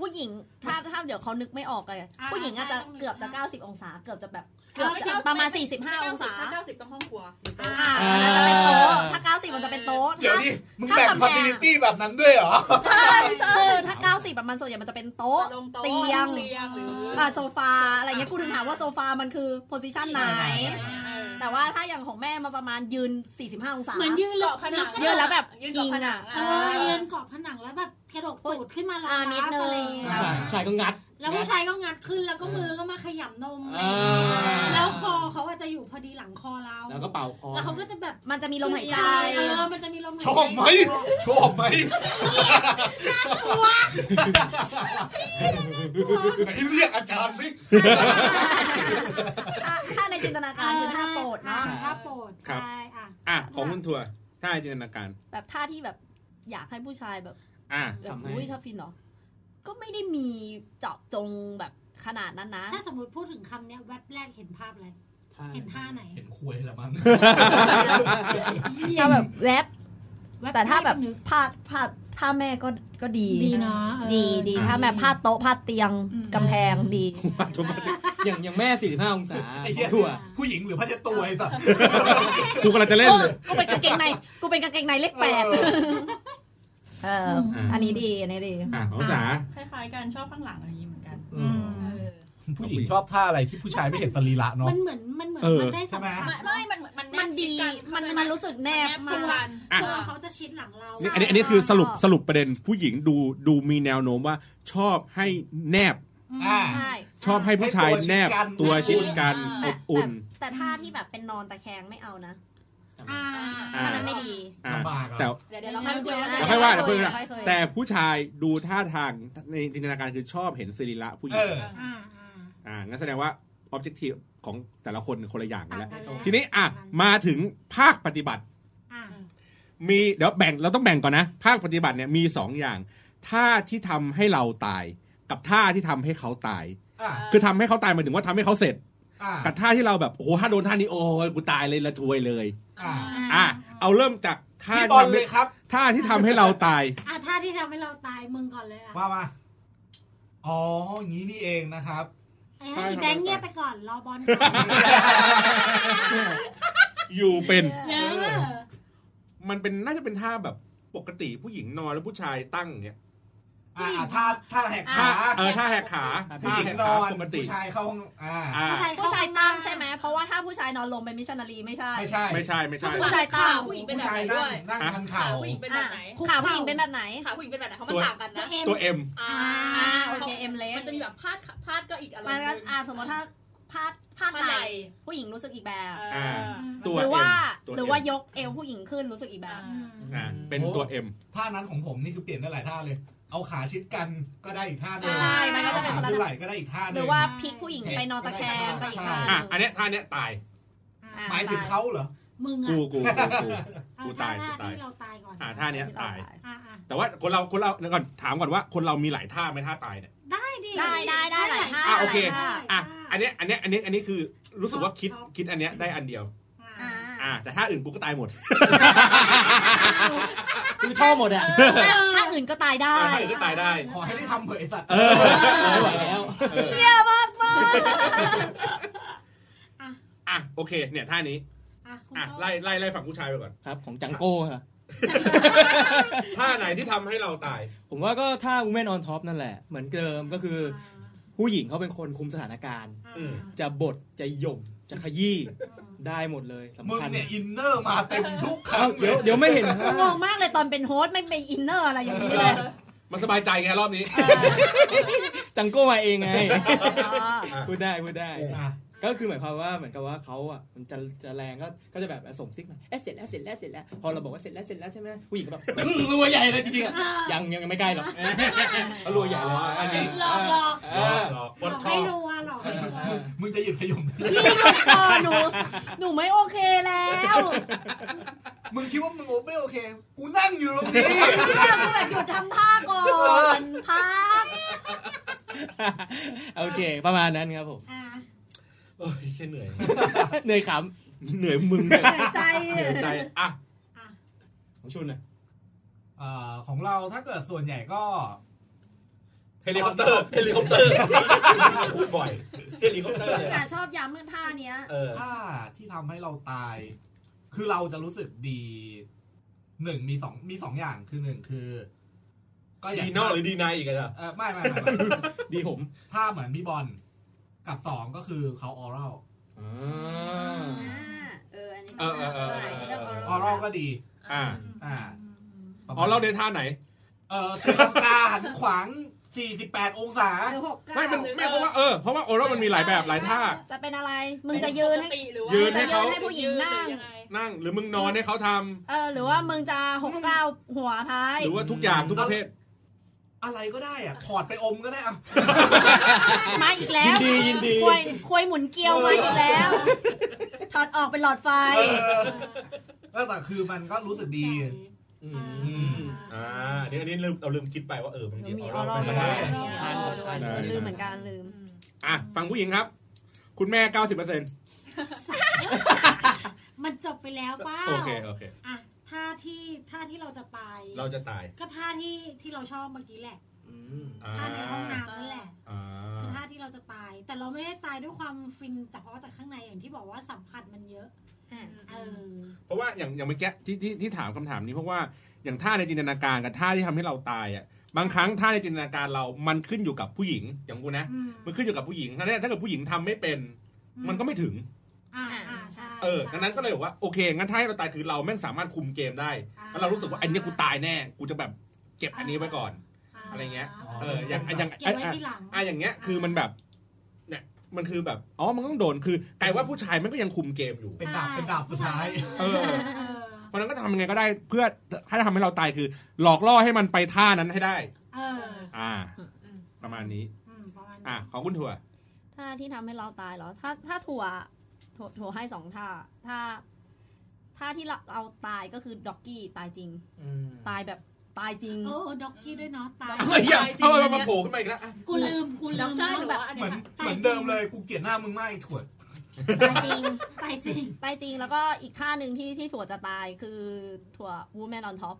ผู้หญิงถ้าถ้าเดี๋ยวเขานึกไม่ออกเลย
า
ผู้หญิงอาจจะ
ใช่
เกือบจะ 90 องศา เกือบจะแบบเกือบ
เอาไม่ถึ
จะ
ง
ประมาณ 45 องศา
ถ้าเก้าสิบต้องห้องครัวหรือเปล่า
อ่า
อ่
มั
า
นจะเป็นโต๊ะถ้า 90 มันจะเป็นโต๊ะ
เดี๋ยว
ถ้า
นี้มึงแบ่ง
ถ้าทำงาน
ฟ a ซิลิตี้แบบนั้นด้วยเหรอ
ใช่ใช่คือถ้า 90อะมันส่วนใหญ่มันจะเป็นโต๊ะ
ลงโต๊ะ
เตียง
เตียงหรือ
อ่าโซฟาอะไรเงี้ยกูถึงถามว่าโซฟามันคือโพสิชันไหน แต่ว่าถ้าอย่างของแม่มาประมาณยืน 45 องศา
เหมือนยืนแล้ว
เกาะผนัง
ยืนแล้วแบบ
ยืนเกาะผนัง
พิงอะ
เออยืนเกาะผนังแล้วแบบกระดกตูดขึ้นมาลอ
อ่าง นิดนึ
อะ
ง
ไรอย่างเงี้ย
ผู้ชายผู้ชายก็งัด
แล้วผู้ชายก็งัดขึ้นแล้วก็มือก็มาขยำนมอะไรอย่าง
อ่
เงี้
า
ยแล้วคอเขาอาจจะอยู่พอดีหลังคอเรา
แล้วก็เป่าคอ
แล้วเขาก็จะแบบ
มันจะมีลมหายใจ
เออ มันจะมีลมหายใจ
ชอบไหมชอบไหมไหนเรียกอาจารย์สิ
ถ้าถ้าในจินตนาการคือท่าโปรดเนาะ
ใช่
ท่าโปรด
ครับ
ใช่อ่ะ
อ่ะของคุณถั่วท่าในจินตนาการ
แบบท่าที่แบบอยากให้ผู้ชายแบบ
อ่ะ
แบบ
ทำให้
อุ้ยถ้าฟินเหรอ ก็ไม่ได้มีเจาะจงแบบขนาดนั้น
[LAUGHS]
นะ
ถ้าสมมติพูดถึงคำเนี้ยแวบแรกเห็นภาพอะไร เห็นท่าไหน
เห็นคุยแล้วมั้ง
ถ้าแบบแวบ
วบ
แต่ถ้าแบบ
นึก
พาดพาดท่าแม่ก็ก็ดี
ดีเนาะเออ
ดีดีถ้าแบบพาดโต๊ะพาดเตียง
อืม
กำแพงดี
อย่างอย่างแม่ 45 องศา
ไอ้เหี้ย
ถั่ว
ผู้หญิงหรือพระเจ้าตัวไอ้สัส
กูกำลังจะเล่นเลย
กูเป็นกางเกงในกูเป็นกางเกงในเลขแปดเอ
เออ
ออ
ม
อันนี้ดีอันนี้ดี
อ่ะของสา
คล้ายๆกันชอบข้างหลังอะไรอย่างนี้เหมือนกัน
อืม
เออ
ผู้หญิงชอบท่าอะไรที่ผู้ชายไม่เห็นสรีระเนาะ
มันเหมือนมันเหมือน
เออ
มันได้สัมผัส
ไม่ไม่มันมัน
มันดีมันมันรู้สึกแนบ
มาก
มาก
กัน
อ่ะ
ตัวเขาจะชิดหลังเรา
นี่อันนี้อันนี้คือสรุปสรุปประเด็นผู้หญิงดูดูมีแนวโน้มว่าชอบให้แนบ
อ่า
ใช่
ชอบให้ผู้ชายแนบ
ให้ตั
ตัว
ว
ชิ
ชิ
ด
ดกั
กัน
น
อบอุ่น
แต่แต่ท่าที่แบบเป็นนอนตะแคงไม่เอานะ
อ่า
อ่า
อันนั้นไม่ดี
อ่ะ
ลำบากอะ
แต่
เดี๋ยวเดี๋ยวเราค่อยคุยกัน
เดี๋ยวค่อยว่าเดี๋ยวค่อย
ค่อยคุย
แต่ผู้ชายดูท่าทางในจินตนาการคือชอบเห็นสรีระผู้หญิ
เอง อ
อ่าอ่า
อ่างั้นแสดงว่า objective ของแต่ละคนคนละอย่างกัน
ต่าง
แล้ว
กัน
ทีนี้อ่ะมาถึงภาคปฏิบัติ
อ่า
มีเดี๋ยวแบ่งเราต้องแบ่งก่อนนะ ภาคปฏิบัติเนี่ยมี 2 อย่างท่าที่ทำให้เราตาย กับท่าที่ทำให้เขาตาย
อ่า
คือทำให้เขาตายหมายถึงว่าทำให้เขาเสร็จ
อ่า
กับท่าที่เราแบบโอ้โหถ้าโดนท่านี้โอ้ยกูตายเลยละทวยเลย
อ่า
อ่ะเอาเริ่มจากท่า
พี่บ
ที่
อล
ทำ
เล
ให้
ยครับ
ท่าที่ทำให้เราตาย
อ่าท่าที่ทำให้เราตายมึงก่อนเลยอ่ะ
ว่ามาอ๋ออย่างนี้นี่เองนะครับ
ไอ้แบงค์เงียบไปก่อนรอบอลก่อน
อยู่เป็น
เออ
มันเป็นน่าจะเป็นท่าแบบปกติผู้หญิงนอนแล้วผู้ชายตั้งเนี่ย
อ่าอ่าท่าท่าแหก
ท่า
ขา
เออท่าแหกขา
ผู้
ท่า
หญิง
แหก
น
ขา
อน
ปกติ
ผู้ชายเข้าห้องอ่า
อ่า
ผู้ชาย
ผู้ชายตั้งใช่ไหมเพราะว่าถ้าผู้ชายนอนลงเป็นมิชชันนารีไม่ใช่
ไม่ใช่
ไม่ใช่ไม่ใช่
ผู้ชายตั้ง
ผู้หญิงเป็น
ผู้
แบบ
ชาย
ไหน
นั่ง
ด้วย
นั่งชัน
ขา
เข่า
ผู้หญิงเป็นแบบไหน
ขาผู้หญิงเป็นแบบไหน
ขาผู้หญิงเป็นแบบไหนเขา
ตั
มัน
ว
ต่างกันนะ
เอ็ม
ตัวเอ็ม
อ่า
อ่าโอเคเอ็มเล็ก
มันจะมีแบบพาดขาพาดก็อีกอารม
มัน
ณ์ห
ก็
นึ่ง
อ่าสมมติถ้าพาดพาด
พาด
ไห
ไห
ล
ล่
ผู้หญิงรู้สึกอีกแบบ
เออ
ตัว M
หรือว่า
ตัว M
หรือว่ายกเอวผู้หญิงขึ้นรู้สึกอีกแบบ
อ่า
อ่าเป็นตัวเอ็ม
ท่านั้นของผมนี่คือเปลี่ยนได้หลายท่าเลย เอาขาชิดกันก็ได้อีกท่าหนึง
ใช่มันก็จะเป็น
อาขาขึ้นไหล่ก็ได้อีกท่าห
ห
นึ
รื
ง
อว่าพลิกผู้หญิงไปนอนตะแคงไปอีกข้างห
อ่ะ
นึ่ง
อันเนี้ยท่าเนี้ยตาย
อ่ะ
หมายถึงเขาเหรอ
มึงอ่ะ
กูกูกูกู
เอ
กูตาย
ท่
กูตาย
ที่เราตายก่อน
อ่าท่าเนี้ยตาย
อ่าอ่า
แต่ว่าคนเราคนเราเดี๋ยวก่อนถามก่อนว่าคนเรามีหลายท่าไหมท่าตายเนี่ย
ได้ได้ได้หลายท่า
อ่ะโอเค
หลายท่า
อ่ะอันเนี้ยอันเนี้ยอันเนี้ยอันนี้คือรู้สึกว่าคิด
ชอบ
คิดอันเนี้ยได้อันเดียว
อ่า
อ่าแต่ท่าอื่นกูก็ตายหมด
คือชอบหมดอ่ะ
ถ้าถ้าอื่นก็ตายได้
เออท่าอื่นก็ตายได้
ขอให้ได้ทำเหอะไอ้สัตว์
ไม่ไหวแล้ว
อ่ะโอเคเนี่ยท่านี้
อ่ะคุณ
อ่ะ
โต้
ไล่ไล่ไล่ฝั่งผู้ชายไปก่อน
ครับ ของจังโก้ครับ
ท่าไหนที่ทำให้เราตาย
ผมว่าก็ถ้า Women on Top นั่นแหละ เหมือนเดิมก็คือผู้หญิงเขาเป็นคนคุมสถานการณ์
อ่า
อืม
จะบดจะหย่มจะขยี้ได้หมดเลย
มึ
สำ
ง
คัญ
เนี่ยอินเนอร์มาเต็มทุกครั้
เอ้าง
เล
เดี๋ย
ยว
เดี๋ยวไม่เห็นภาพ
งงมากเลยตอนเป็นโฮสต์ไม่เป็นอินเนอร์อะไรอย่างนี้เลย
มันสบายใจไงรอบนี้
จังโก้มาเองไง
เออ
พูดได้พูดได้
อ่ะ
ก็คือหมายความว่าเหมือนกับว่าเขาอ่ะมันจะจะแรงก็ก็จะแบบส่งซิกมาเอ๊ะเสร็จแล้วเสร็จแล้วเสร็จแล้วพอเราบอกว่าเสร็จแล้วเสร็จแล้วใช่ไหมผู้หญิงก็แบบอื้อรัวใหญ่เลยจริงๆอ่ะยังยังยังไม่ใกล้หรอก [LAUGHS] เขารัวใหญ่เลยอันนี้
หลอกหลอก
เออ
หลอก
หลอกไม่รัวหลอกไม่รัว
มึงจะหยุดพยม
พี่หยุดก่อนหนู หนูไม่โอเคแล้ว
มึงคิดว่ามึงโอไม่โอเค กูนั่งอยู่ตรงนี้
[LAUGHS] เนี่ยกูแบบหยุดทำท่าก่อนพัก
โอเค ประมาณนั้นครับผม
อ่า
โอ้ยแค่เหนื่อย
เหนื่อยข
เหนื่อยมึง
เหนื่อยใจ
เหนื่อยใจอ่ะ
ำของชุนอ่ะ
เอ่อของเราถ้าเกิดส่วนใหญ่ก็
เฮลิคอปเตอร์เฮลิคอปเตอร์พูดบ่อยเฮลิคอปเตอร์เนี่ย
แต่ชอบย้ำเรื่องท่าเนี้ย
เออ
ถ้าที่ทำให้เราตาย คือเราจะรู้สึกดีหนึ่งมีสองมีสองอย่างคือหนึ่งคือ ก็อย่าง
ดีนอกหรือดีในอีกอะ
เออไม่ไม่ไม่ไม่
ดีผม
ถ้าเหมือนพี่บอลกับสองก็คือเขาออรัล
อ่า
อ่า เออ อันนี้
เออเออเออเออเออ
ออรัลก็ดี
อ่ะ
อ่าปะม
อ๋อ
ณ
เราเดินท่าไหน
เออเสียงกาหันขวาง 48 องศา
เออหกเก้า
ไม่มันไม่เพราะว่าเออเพราะว่าโอรามันมีหลายแบบหลายท่า
จะเป็นอะไร มึงจะยืน
ป
ให้
กติรือว่
ยืนให้เขา
จะยืนให้ผู้หญิงนั่ง
นั่งหรือมึงนอนให้เขาทำ
เออ หรือว่ามึงจะหกเก้าหัวท้าย
หรือว่าทุกอย่างทุกประเภทศ
อะไรก็ได้อ่ะถอดไปอมก็ได้อ่ะ
มาอีกแล้
ยิน
ว
ดียินดี
ควยควยหมุนเกลียวมาอีกแล้ว ถอดออกเป็นหลอดไฟ
เออแต่คือมันก็รู้สึกดี
อืม
อ่าอันนี้อันนี้ลืมเราลืมคิดไปว่าเออบางที
มี
เอา
ออ
เรา
รอ
ไป
ล
ก็
ด้
ได้
วย
มีออรอลด้วย
ลืมเหมือนกันลืม
อ่ะฟังผู้หญิงครับ คุณแม่ 90%
มันจบไปแล้วป้า
โอเคโอเค
อ่ะท่าที่ท่าที่เราจะตาย
เราจะตาย
ก็ท่าที่ที่เราชอบเมื่อกี้แหละ
อ่า
ท่าในห้องน้ำนั่นแหละ
อ่า
คือท่าที่เราจะตาย แต่เราไม่ได้ตายด้วยความฟินจากเพราะว่าจากข้างในอย่างที่บอกว่าสัมผัสมันเยอะเออ
เพราะว่าอย่างอย่างเมื่อกี้ที่ที่ที่ถามคำถามนี้เพราะว่าอย่างท่าในจินตนาการกับท่าที่ทำให้เราตายอ่ะบางครั้งท่าในจินตนาการเรามันขึ้นอยู่กับผู้หญิงอย่างกูนะ
อืม
มันขึ้นอยู่กับผู้หญิงถ้าถ้าเกิดผู้หญิงทำไม่เป็น มันก็ไม่ถึง
อ่าอ่าใช่
เออ
ใช่
ดังนั้นก็เลยบอกว่าโอเค งั้นถ้าให้เราตายคือเราแม่งสามารถคุมเกมได้ แล้วเรารู้สึกว่าอันเนี้ยกูตายแน่ กูจะแบบเก็บอันนี้ไว้ก่อน
า
อะไรเงี้ย เออ อย่าง
เก็บ
อ
ไว้
ย่าง
เก็บ
อ่ะ
ไว้
อ่ะ
ทีหลัง
อ่ะอย่างเงี้ย คือมันแบบ เนี่ย มันคือแบบ อ๋อ มันต้องโดน คือกลายว่าผู้ชายมันก็ยังคุมเกมอยู่
เป็นดาบเป็นดาบสุดท้าย
เออ
เออ
เพราะฉะนั้นก็ทำยังไงก็ได้เพื่อถ้าทำให้เราตายคือ หลอกล่อให้มันไปท่านั้นให้ได้
เออ
อ่า
อืม
ประมาณนี้
อืมประมาณ
อ่ะ
นั้น
ของคุณถั่ว
ท่าที่ทำให้เราตายเหรอ ถ้าถ้าถั่วถั่วถั่วให้สองท่า ถ้าท่าที่เราเราตายก็คือด็อกกี้ตายจริง ตายแบบตายจริง
โอ้ด็อกกี้ด้วยเนาะตาย
เฮ้ยอย่า
ตายจริง
เอา
อันเนี้
มาย โผล่ขึ้นมาอีกแล้วอ่ะ
กูลืมกูลื
แล้ว
ม
ใช่หรือ
แบบ
ว่าอัน
เหมื
เนี้
อน
ย
เหมือนเดิมเลยกูเกลียดหน้ามึงมากไอ้ถั่ว
ตายจริง
ตายจริง
ตายจริง แล้วก็อีกท่าหนึ่งที่ที่ถั่วจะตายคือถั่ววูแมนออนท็อป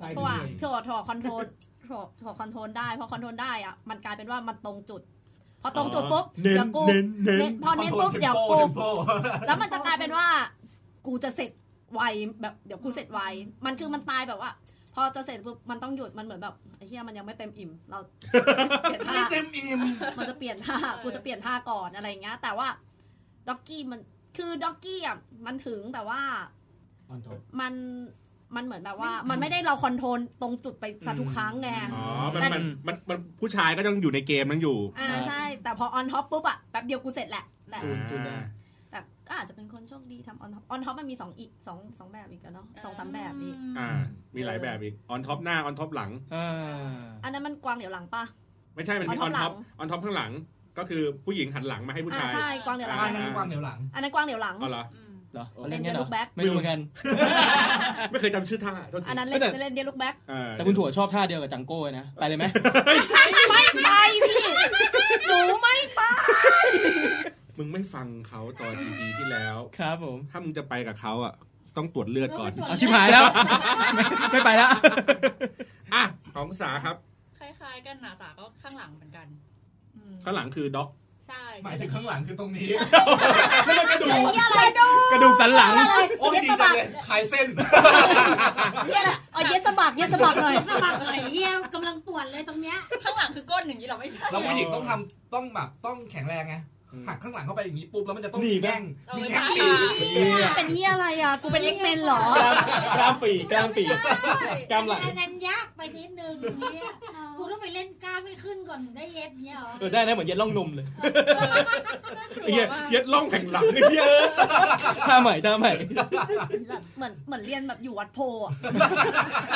ตาย
ถั่ว
เลย
ถั่วถั่วคอนโทรลถั่วถั่วคอนโทรลได้พอคอนโทรลได้อะมันกลายเป็นว่ามันตรงจุด พอตรงจุดปุ๊บ
เน้น
เดี๋ยวกู
เน้นเน้น
เน้นพอเน้นปุ๊บเดี๋ยว
โป
กู
เทมโป
แล้วมันจะกลายเป็นว่า กูจะเสร็จไวแบบเดี๋ยวกูเสร็จไว มันคือมันตายแบบว่า พอจะเสร็จปุ๊บมันต้องหยุดมันเหมือนแบบไอ้เหี้ยมันยังไม่เต็มอิ่ม เรา เปลี่ยน
ไม่
ท่า
เต็มอิ่ม
มันจะเปลี่ยนท่ากูจะเปลี่ยนท่าก่อนอะไรอย่างเงี้ยแต่ว่าด็อกกี้มันคือด็อกกี้อ่ะมันถึงแต่ว่ามันมันเหมือนแบบว่า มันไม่ได้เราคอนโทรลตรงจุดไปซะทุกครั้งไง
อ๋อ มันมันมันมันผู้ชายก็ยังอยู่ในเกมนั้นอยู่
อ่าใช่ แต่พอออนท็อปปุ๊บอะแป๊บเดียวกูเสร็จแหละแต่
จูนจูนได้
แต่ก็อาจจะเป็นคนโชคดีทำออนท็อปออนท็อปมันมีสองอีกสองสองแบบอีกอะเนาะสองสามแบบอีก
อ่า มีหลายแบบอีก ออนท็อปหน้า ออนท็อปหลัง
อ่า
อันนั้นมันกวางเหลียวหลังปะ
ไม่ใช่ มันมีออ
on
น
top
ท็อป ออนท็อปข้างหลัง ก็คือผู้หญิงหันหลังมาให้ผู้ชาย
อ่าใช่กวางเหลียวหลัง
อั
อัน
นนั้
นั้น
นความเหนียวหลัง
อันนั้นกวางเหลียวหลัง
อ๋อเหรอ
อืม
เหรอเขาเล่นงั้นเหรอ
Look back
ไม่รู้เหมือนกัน
ไม่เคยจำชื่อท่าโทษที
อันนั้นเล่น
แต่
เล่นเดียลูกแบ็ก
เออ
แต่คุณถั่วชอบท่าเดียวกับจังโก้เลยนะ ไปเลยไหม
ไม่ไปพี่ หนูไม่ไป
มึงไม่ฟังเขาตอนอีพีที่แล้ว
ครับผม
ถ้ามึงจะไปกับเขาอ่ะ ต้องตรวจเลือดก่อน
เอาชิบหายแล้ว [LAUGHS] ไม่ไปแล้ว
อ่ะ ของสาครับ
คล้ายๆกันหนาสาก็ข้างหลังเหมือนกันอืม
ข้างหลังคือด็อก
ใช่
หมายถึงข้างหลังคือตรงนี้
แล้วมันกระดูก
เฮียอะไรเ
กระดูกสันหลัง
ฮียอะไร
โอ้ย
เย็ด
ดี
สะ
จั
บั
ง
ก
เลยขายเส้น
เฮียอะไรเอาเย็ดสะบักเย็ดสะบักหน่อย
สะบักหน่อยเฮียกำลังปวดเลยตรงเนี้ย
ข้างหลังคือก้นอย่างนี้เหราไม่ใช่
เราผู้หญิงต้องทำต้องแบบต้องแข็งแรงไง
อืม
หักข้างหลังเข้าไปอย่างนี้ปุ๊บแล้วมันจะต้อง
หนี
มี
ไหม
แง่ง
เอา
มี
ไว้
แง่ปี
ตาง ย
ก
เป็นเหี่อะไรอ่ะ กูเป็นเอ็กเมนหรอ
กล้ามกล้ามปีกกล้ามปีกกล้ามหลัง
อันนั้นยากไปนิดนึงเนี่ยกูต้องไปเล่นกล้ามให้ขึ้นก่อนถึงได้เย็ดเนี่ยเหรอ
เออได้นะเหมือนเย็ดล่องนมเลย
ไอ้เหี้ยเย็ดล่องแผ่นหลังนี่เหี้ย
ท่าใหม่ท่าใหม่
เหมือนเหมือนเรียนแบบอยู่วัดโพอ่ะ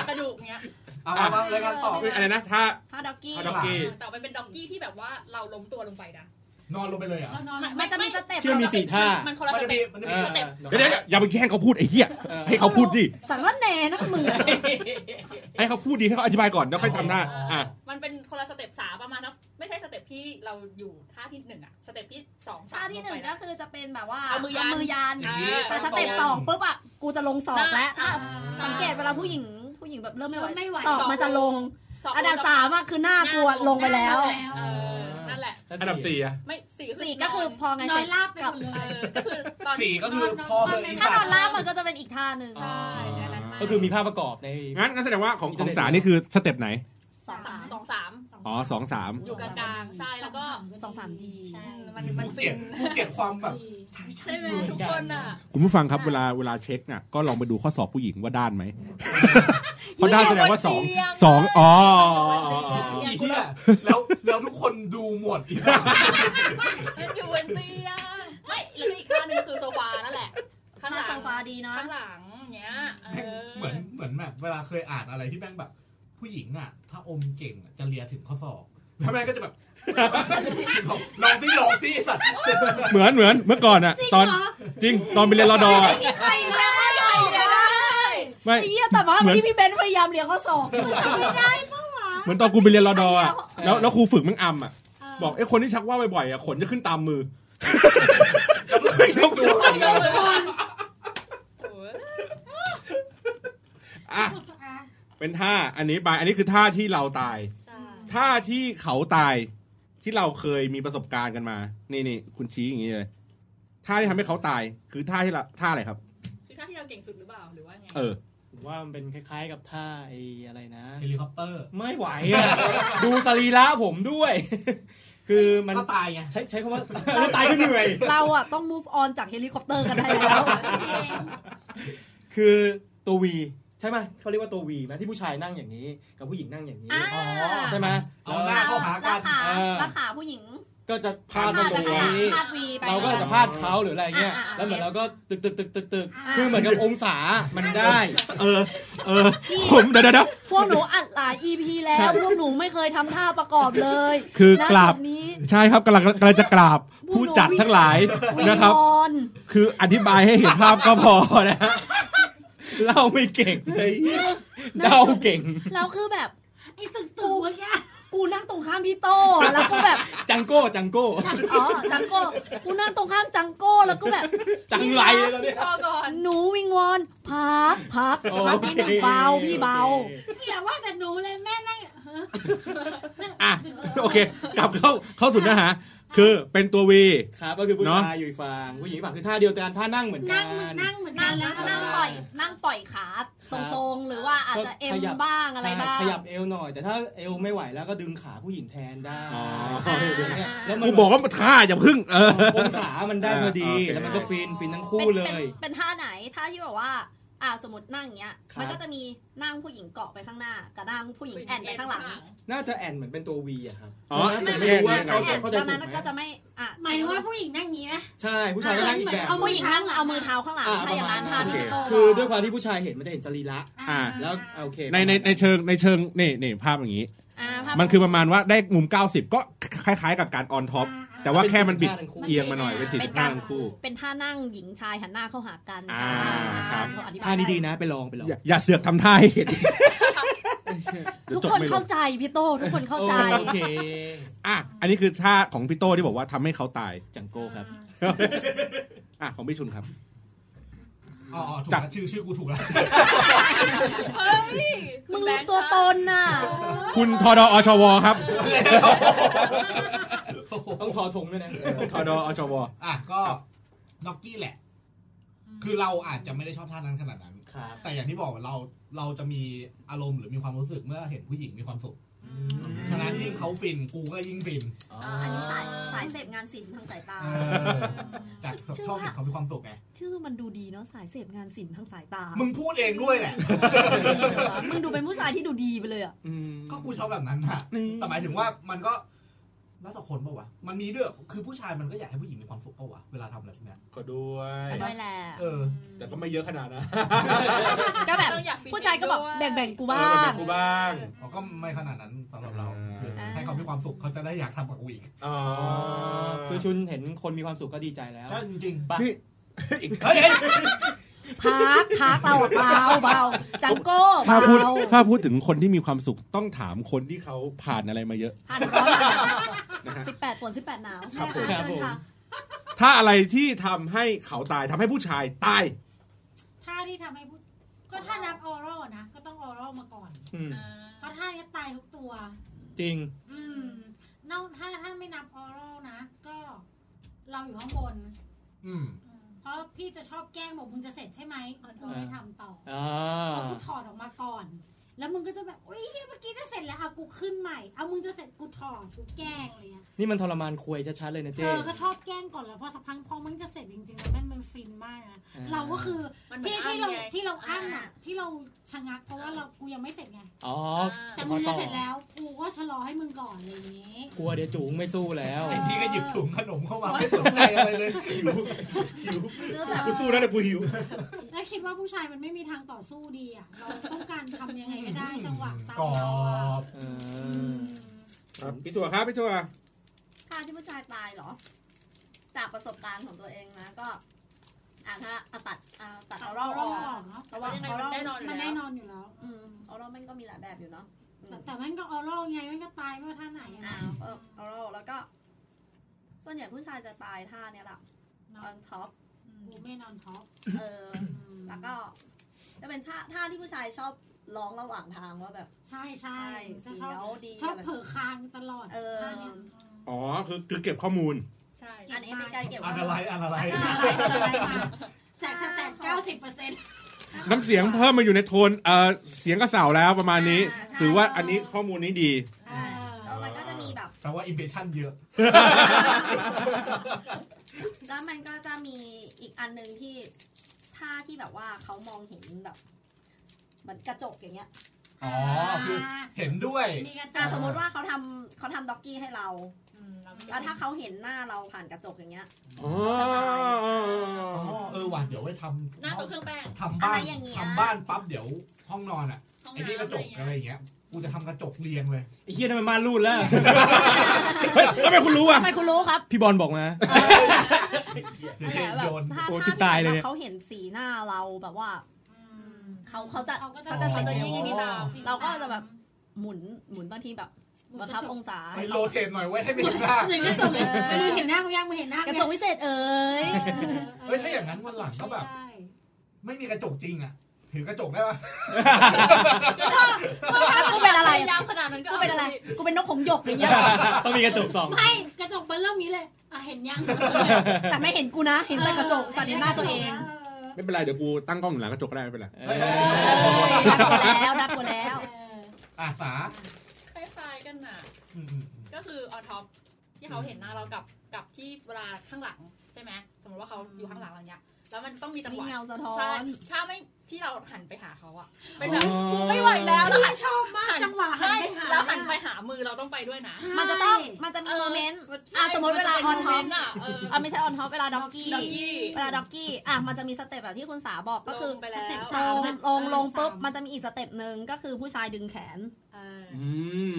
กระดูกเนี้ย
เอามามาเลยการตอบ
อะไรนะถ้า
ท่าด็อกกี้
ท่าด็อกกี้
แต่มันเป็นด็อกกี้ที่แบบว่าเราล้มตัวลงไปนะ
นอนลงไปเลยอ่ะ
เขานอน
มันมันจะมีสเต็ป
เชื่อมีสี่ท่า
มันคนละ
มัน
ส
จะ
เต็
มี
ป
มันจะ
เอ
มี
อ
สเต็ป
เดี๋ยวเดี๋ยวอย่าไปแย่งเขาพูดไอ้เหี้ย
เออ
ให้เขาพูดดิ
สารวัตรแหนนะมึงอะ
ให้เขาพูดดิให้เขาอธิบายก่อนแล้วค่อยทำหน้าอ่ะ
มันเป็นคนละสเต็ปสามประมาณนะไม่ใช่สเต็ปที่เราอยู่ท่าที่หนึ่งอะสเต็ปที่สองสม
ท่าที่หนึ่ง
ลไป
ก็
นะ
คือจะเป็นแบบว่า
เอามือยัน
มือยัน
อย่างนี้
แต่สเต็ปสองปุ๊บอ่ะ กูจะลงศอกแล้ว
อ่ะ
สังเกตเวลาผู้หญิงผู้หญิงแบบเริ่มไม่ไหว
เริ่ไม่ไหว
ศอกมันจะลง
สง
อันดับสามอ่ะคือหน้ากูอะลงไปแล้ว
เออนั่นแหละ
อันดับสี่อะ
ไม่สี่
สี่ก็คือพอไง
นอ
เสร็
น
จ
ราบไปหมดเล
เอย อก็คือตอน
สี่ก็คือพอเฮออี
ถ้าน
สัต
อน
ว์
ล่างมันก็จะเป็นอีกท่าหนึ่ง
ใช่นั่นแหละ
ก็คือมีภาพประกอบใน
งั้นงั้นแสดงว่าของของสานี่คือสเต็ปไหน
สอง
สาม
สาม
สองสาม
อ๋อสองสาม
อยู่กลางๆใช่แล้วก็
สองสามดี
ใช่
มันมัน
กูเกลียดกูเกลียดความแบบ
ใช่ไหมทุกคนอ่ะ
คุณผู้ฟังครับเวลาเวลาเช็คน่ะก็ลองไปดูข้อสอบผู้หญิงว่าด้านไหม [LAUGHS] เพราะด้านแสดงว่าสองสองอ๋ออ๋ออ๋อ
ไอีเหี้ยแล้วแล้วทุกคนดูหมดอีกแล้ว
อยู่บนเตียงไม่แล้วก็อีกข้างหนึงคือโซฟานั่นแหละข้างห
หน้า
ลัง
โซฟาดีเนาะ
ข้างหลังเนี้ยเออ
เหมือนเหมือนแบบเวลาเคยอ่านอะไรที่แม่งแบบ ผู้หญิงอ่ะ ถ้าอมเก่งอะจะเลียถึงข้อศอกแล้วแม่งก็จะแบบ [LAUGHS] ลองสิลองสิไอ้สัตว์
เหมือนเหมือนเมื่อก่อนอะตอนจริงตอนไปเรียนรอดออะ
ใครเลยว่าใครเลย
ไม่
ไอ้เหี้ยแต่ว่า
เหมือน
ที่พี่เบนซ์พยายามเลี้ยงข้อศอกอยู่
เหมือนตอนกูไปเรียนรอดออะแล้วแล้วครูฝึกแมันอํอะบอกไอ้คนที่ชักว่าวบ่อยๆอะขนจะขึ้นตามมือ
ต้องดู
โอ้ย
อ่ะ เป็นท่าอันนี้บายอันนี้คือท่าที่เราตาย
ใช่
ท่าที่เขาตายที่เราเคยมีประสบการณ์กันมา นี่นี่คุณชี้อย่างนี้เลยท่าที่ทำให้เขาตายคือท่าที่เราท่าอะไรครับ
คือท่าที่เราเก่งสุดหรือเปล่าหรือว่าไง
เออ
ผมว่ามันเป็นคล้ายๆกับท่าไอ้อะไรนะ
เฮลิคอปเตอร์
ไม่ไหวอ่ะ [LAUGHS] ดูสรีระผมด้วย [LAUGHS] คือมัน
ก็ตายไง
ใช้ใช้คำว่า [LAUGHS] ตายก็เหนื่อย
เราอ่ะต้อง move on จากเฮลิคอปเตอร์กันได้แล้ว
คือตัววีใช่ไหมเขาเรียกว่าตัววีไหมที่ผู้ชายนั่งอย่างนี้ กับผู้หญิงนั่งอย่างนี้
อ่า
ใช่ไหม
เอาห
แล้ว
น้าเข้าหากัน
ราคา
เออ
ราคาผู้หญิง
ก็จะพาด
พ
มา
ลาด
ตรง
ขนาด
นี้
พลาดวีไป
เราก็จะพาดเขาหรืออะไรเงี้ย
อ่าอ่า
แล้วเหมือน
โอเค
เราก็ตึกตึกตึกตึกตึก
อ่า
คือเหมือนกับองศามันได้
เออ เออ ผมเดี๋ยวเดี๋ยวเดี๋ยว
พวกหนูอัดหลาย EP แล้
ใช่
วพวกหนูไม่เคยทำท่าประกอบเลย
คือก
ณ
กราบ
จุดนี้
ใช่ครับกำลังกำลังจะกราบผู้จัดทั้งหลาย
วิง
นะครับ
วอน
คืออธิบายให้เห็นภาพก็พอนะฮะ
เล่าไม่เก่งเลยเดาเก่ง
แล้วคือแบบ
ไอ้ตึกตึกเมื่อกี้
กูนั่งตรงข้ามพี่โตแล้วกูแบบ
จังโก้จังโก้
อ๋อ จังโก้ กูนั่งตรงข้ามจังโก้แล้วก็แบบ
จังไรเลยตอนเนี้ย
พอก่อน
หนูวิงวอน พักพักพัก
โอ
พี่
เค
หนึ่งเบา พี่เบา
โอค
อย่าว่าแต่หนูเลยแม่นั่ง
อ่ะโอเค กลับเข้าเข้าสุดนะฮะ คือเป็นตัววี
ครับก็คือผู้
เนอะ
ชายอยู่อีกฝั่งผู้หญิงอีกฝั่งคือท่าเดียวกันท่านั่งเหมือนกั
นั่
น
งเหมือนนั่งเหมือน
นั่
นั่
ง
ง
แล้
แล้ว ว
ก็นั่งป
ก็นั่ง
ล่
ป
อ
ล่อย ย
นั่งปล่อยขาตรงๆ หรือว่าอาจจะเอ็ม
ขยับ
บ้างอะไร
ใช่
บ้าง
ขยับเอวหน่อย แต่ถ้าเอวไม่ไหวแล้วก็ดึงขาผู้หญิงแทนได้
อ๋อ
เดี๋ยวเนี่ยแล้วมัน
กูบอกว่ามันท่าอย่าพึ่ง เออ
องศามันได้พอดี
อ่าโอเค
แล้วมันก็ฟินฟินทั้งคู่
เป็น
เล
เป็น
ย
เป็นท่าไหนท่าที่แบบว่า อ่าสมมตินั่งอย่างเงี้ย
ครับ
มันก็จะมีนั่งผู้หญิงเกาะไปข้างหน้า กับนั่งผู้หญิงแอนไปข้างหลัง
น่าจะแอนเหมือนเป็นตัววีอะครับ
อ๋อ
ใช่ไหมผม
แยก
ไม่รู้ว่า
แยก
เขา
แอ
จะ
น
เข้าใจ
ตอน
ถู
นั้น
กไหม
ก็จะไม่อ่ะ
หมายถึงว่าผู้หญิงนั่งอย่างนี้นะ
ใช่ผู้ชายก็นั่งอีกแบบ
เอา
ผู้หญิงนั่งเอามือเท้าข้างหลัง
อ่า
ถ้าอย่างนั้นท่าที่โต
คือด้วยความที่ผู้ชายเห็นมันจะเห็นสรีระ
อ่า
แล้วโอเค
ในในในเชิงในเชิงนี่นี่ภาพอย่างนี้
อ่าภาพ
มันคือประมาณว่าได้มุม 90 ก็คล้ายๆกับการออนท็อป แต่ว่าแค่มันบิด
เป็45ทั้งคู่
เอียงมาหน่อยเป็นสี่ห้าทั้งคู่
เป็นท่านั่งหญิงชายหันหน้าเข้าหากัน
อ่าครับ
อธิบย
ท่านี้ดีนะไปลองไปลอง
อย่าอย่าเสือกทำท่าให้เห็น [LAUGHS] เดี๋ยว
ทุก
จบ
คน
ไม่ล
เข้าง ใจพี่โตทุกคนเข้าใจ
โอเค
อ่ะอันนี้คือท่าของพี่โต้ที่บอกว่าทำให้เขาตาย [LAUGHS]
จังโก้ครับ
อ่ะของพี่ชุนครับ
อ๋ออ๋อถูก
จับ
แล้วชื่อชื่อกูถูกแล้ว [LAUGHS]
เฮ้ย
มึงรู้ตัวตนน่ะ
คุณทอดออชวครับ [LAUGHS]
ต้องทอทงด้วยนะ
ทอดออชว
อ่ะก็น็อกกี้แหละ คือเราอาจจะไม่ได้ชอบท่านั้นขนาดนั้น
ครับ
แต่อย่างที่บอกว่าเราเราจะมีอารมณ์หรือมีความรู้สึกเมื่อเห็นผู้หญิงมีความสุข
อื
ฉะนั้นยิ่งเขาฟินกูก็ยิ่งฟิน
อันนี้สายสายเสพงานศิลป์ทางสายตา
เออจากชอบเห็นเขามีความสุขไง
ชื่อมันดูดีเนาะสายเสพงานศิลป์ทางสายตา
มึงพูดเองด้วยแหละ
[LAUGHS] มึงดูเป็นผู้ชายที่ดูดีไปเลยอ่ะ
ก็กูชอบแบบนั้นน่ะ
นี่
แต่หมายถึงว่ามันก็แล้วแต่คนปะวะ มันมีด้วยคือผู้ชายมันก็อยากให้ผู้หญิงมีความสุขปะวะเวลาทำอะไรพวกเนี้ย
ก็ด้วย
ด้วยแหละ
เออ
แต่ก็ไม่เยอะขนาดนะ
ก็แบบ
ต้องอยากฟิน
ผู้ชายก็บอก
ด้ว
แบ่
ย
งแบ่งๆกู
เอ
บ้า
อแบ่
ง
งกูบ้าง
เราก็ไม่ขนาดนั้นสำหรับเราคือ
อ่า
ให้เขามีความสุขเขาจะได้อยากทำกับกูอีก
อ๋อ
คือชุนเห็นคนมีความสุขก็ดีใจแล้ว
ใช่จริง
ปะ
อีกเฮ้ยเฮ้ย
พักพักเบาเบาเบาจังโก้
ถ้า
เบา
พูดถ้าพูดถึงคนที่มีความสุขต้องถามคนที่เขาผ่านอะไรมาเยอะ
ผ่านร้อน
นะฮะ
สิบแปดฝนสิบแปดหนาว
ครับผม
เชิญค่ะ
ถ้าอะไรที่ทำให้เขาตายทำให้ผู้ชายตาย
ท่าที่ทำให้ผู้ก็ถ้านับออรัลนะ ก็ต้องออรัลมาก่อน
อืม
เพราะท่านี้ตายทุกตัว
จริง
อืมนอกถ้าถ้าไม่นับออรัลนะ ก็เราอยู่ข้างบน
ๆอืม
อืมเพราะพี่จะชอบแกล้งบอกมึงจะเสร็จใช่ไหมกูไม่ทำต่อ
อ่า
เอากูถอดออกมาก่อน แล้วมึงก็จะแบบอุ้ยเมื่อกี้จะเสร็จแล้วเอากูขึ้นใหม่ เอามึงจะเสร็จกูถอดกูแกล้งอะไรเลย
นี่มันทรมานควยชัดๆเลยนะ
เธ
เจ๊
อก็ชอบแกล้งก่อนแล้วพอสักพักพอมึงจะเสร็จจริงๆแล้วมันมันฟินมากนะ
อ่า
เราก็คือ
มันเหมือ
ที่
น
ที่เราที่เราอั้
อั้นไง
นอะที่เราชะงักเพราะว่าเรากูยังไม่เสร็จไง
อ๋อ
แต่
พ
มึ
องต่
จะ
อ
เสร็จแล้วกูก็ชะลอให้มึงก่อนอะไรอย่างนี้
กลัวเดี๋ยวจูงไม่สู้แล้ว
ไอ้พี่ก็หยิบถุงขนมเข้ามาไม่สนใจอะไรเลย
หิวหิว
คือแบบ
กูสู้นะแต่กูหิว
แล้วคิดว่าผู้ชายมันไม่มีทางต่อสู้ดีอะเราต้องการทำยังไงก็ได้จังหวะตาม
กรอ
เราอะ
บ
เอ
อื
อ
ม
ครับพี่ตัวครับพี่ตัว
ค่าที่ผู้ชายตายเหรอ จากประสบการณ์ของตัวเองนะก็อ่ะถ้าอ่ะตัดอ่ะตัดเอา
เรา
เล่าออก
ออกเนาะ
แต่ว่า
ยังไง
เอา
มัน
เล่า
แน่นอนอยู่
มัน
แล้
แน่
วน
อนอยู่แล้ว
อืมเอาเล่ามันก็มีหลายแบบอยู่เนาะอืม
แต่แต่มันก็ออรัลไงมันก็ตายไม่ว่าท่าไหน
อ่ะ
อะ
เออเอาเล่าแล้วก็ ส่วนใหญ่ผู้ชายจะตายท่าเนี้ยแหละ
น
อ
อ
อนนท็อป
บูไม่นอนท็อป
เออ แล้วก็ จะเป็นท่าท่าที่ผู้ชายชอบร้องระหว่างทางว่าแบบ
ใช่ใช่จะช
เสี
อบ
ยวดี
ชอบ
ะไร
เผลอคางตลอด
เออ
ท่าเนี้ย
อ๋อคือคือเก็บข้อมูล
ใช่
อันนี้เป็นการเก็บ
อันอะไรอันอะไร
อะไรมาจากสแตทเก้าสิบเปอร์เซ็นต์
น้ำเสียงเพิ่มมาอยู่ในโทนเออเสียงกระเสาแล้วประมาณนี้
อ่าใช่
ถือว่าอันนี้ข้อมูลนี้ดี
แล้วมันก็จะมีแบบ
แปลว่าอิมเพรสชั่นเยอะ
แล้วมันก็จะมีอีกอันหนึ่งที่ท่าที่แบบว่าเขามองเห็นแบบเหมือนกระจกอย่างเงี้ย
อ๋อคือเห็นด้วย
มีกระจ
อ่ะ
ก
สมมติว่าเขาทำเขาทำด็อกกี้ให้เรา แล้วถ้าเขาเห็นหน้าเราผ่านกระจกอย่างเงี้ย
อ๋อ
อ๋อเออว่ะเดี๋ยวไว้ทำ
หน้าตัวเครื่องแป้ง
ทำบ้าน
อะไรอย่างเงี้ย
ทำบ้านปั๊บเดี๋ยวห้องนอนอ่ะ
ห้อง
ไอ้นี่ก
น้ำ
ระจกอะไรอย่างเงี้ยกูจะทำกระจกเรียง
[LAUGHS]
เลย
ไอ้เฮียทำไมมารูดแล้ว
เฮ้ยทำไมคุณรู้อ่ะ
ทำไมคุณรู้ครับ
[LAUGHS] พี่บอลบอกมา
[LAUGHS]
เสียงเพลง
แบ
โย
บ
น
ถ้า
โอ้จิ
ถ้า
ตตายเลยเนี่ย
เขาเห็นสีหน้าเราแบบว่า
อืม
เขาเขาจะ
เขาก็จะ
เขาจะ
เขา
เซ็
จะ
น
ยิ่งนี่ตาม
เราก็จะแบบ หมุนหมุนบางทีแบบบังคับองศา
ไปโรเทนหน่อยไว้ยให้ไม่เห็นหน้า
หนึ่งกระจกไม่รู้เห็นหน้ากูยังไม่เห็นหน้าก ก
ระจกวิเศษเอ๋ย
เฮ้ยถ้าอย่างนั้นวันหลังก็แบบ ไม่มีกระจกจริงอ่ะ ถือกระจกได้ปะ
กูเป็นอะไร
ยาวขนาดนั้นก็
กูเป็นอะไร กูเป็นนกหงส์หยกอย่างเงี้ย
ต้องมีกระจกสอง
ไม่กระจกเบนเริ่มนี้เลยอ่ะเห็นยัง
แต่ไม่เห็นกูนะ เห็นแต่กระจกแต่เห็นหน้าตัวเอง
ไม่เป็นไรเดี๋ยวกูตั้งกล้องอยู่หลังกระจกก็ได้ไม่เป็นไร
เออ
เอ้ยรักกูแล้วรักกูแล้ว
อ่ะสา
คล้ายๆกันน่ะ
อืมอืมอืม
ก็คือออท็อปที่เขาเห็นหน้าเรากับกับที่เวลาข้างหลังใช่ไหมสมมติว่าเขาอยู่ข้างหลังเราเนี้ยแล้วมันต้องมีจังห
มี
วะ
เงาสะท้อ
ใช่
น
ถ้าไม่ที่เราหันไปหาเขาอะเป็นแบบกูไม่ไหวแล้วแล้วหัน
ชอบมากจังหวะหัน
ไม่
ไปหา
แล้วหันไปหามือเราต้องไปด้วยนะ
มันจะต้อง มันจะมีโมเมนต์ อ่ะสมมติเวลาออนท็อป
อ่ะเออ
อ่ะไม่ใช่ออนท็อปเวลาด็อกกี้
ดอกกี้
เวลาด็อกกี้ อ่ะมันจะมีสเต็ปแบบที่คุณสาบอกก็คือ
ลงไปแล้ว
ลงลงลงปุ๊บ มันจะมีอีกสเต็ปหนึ่งก็คือผู้ชายดึงแขน
เออ
อืม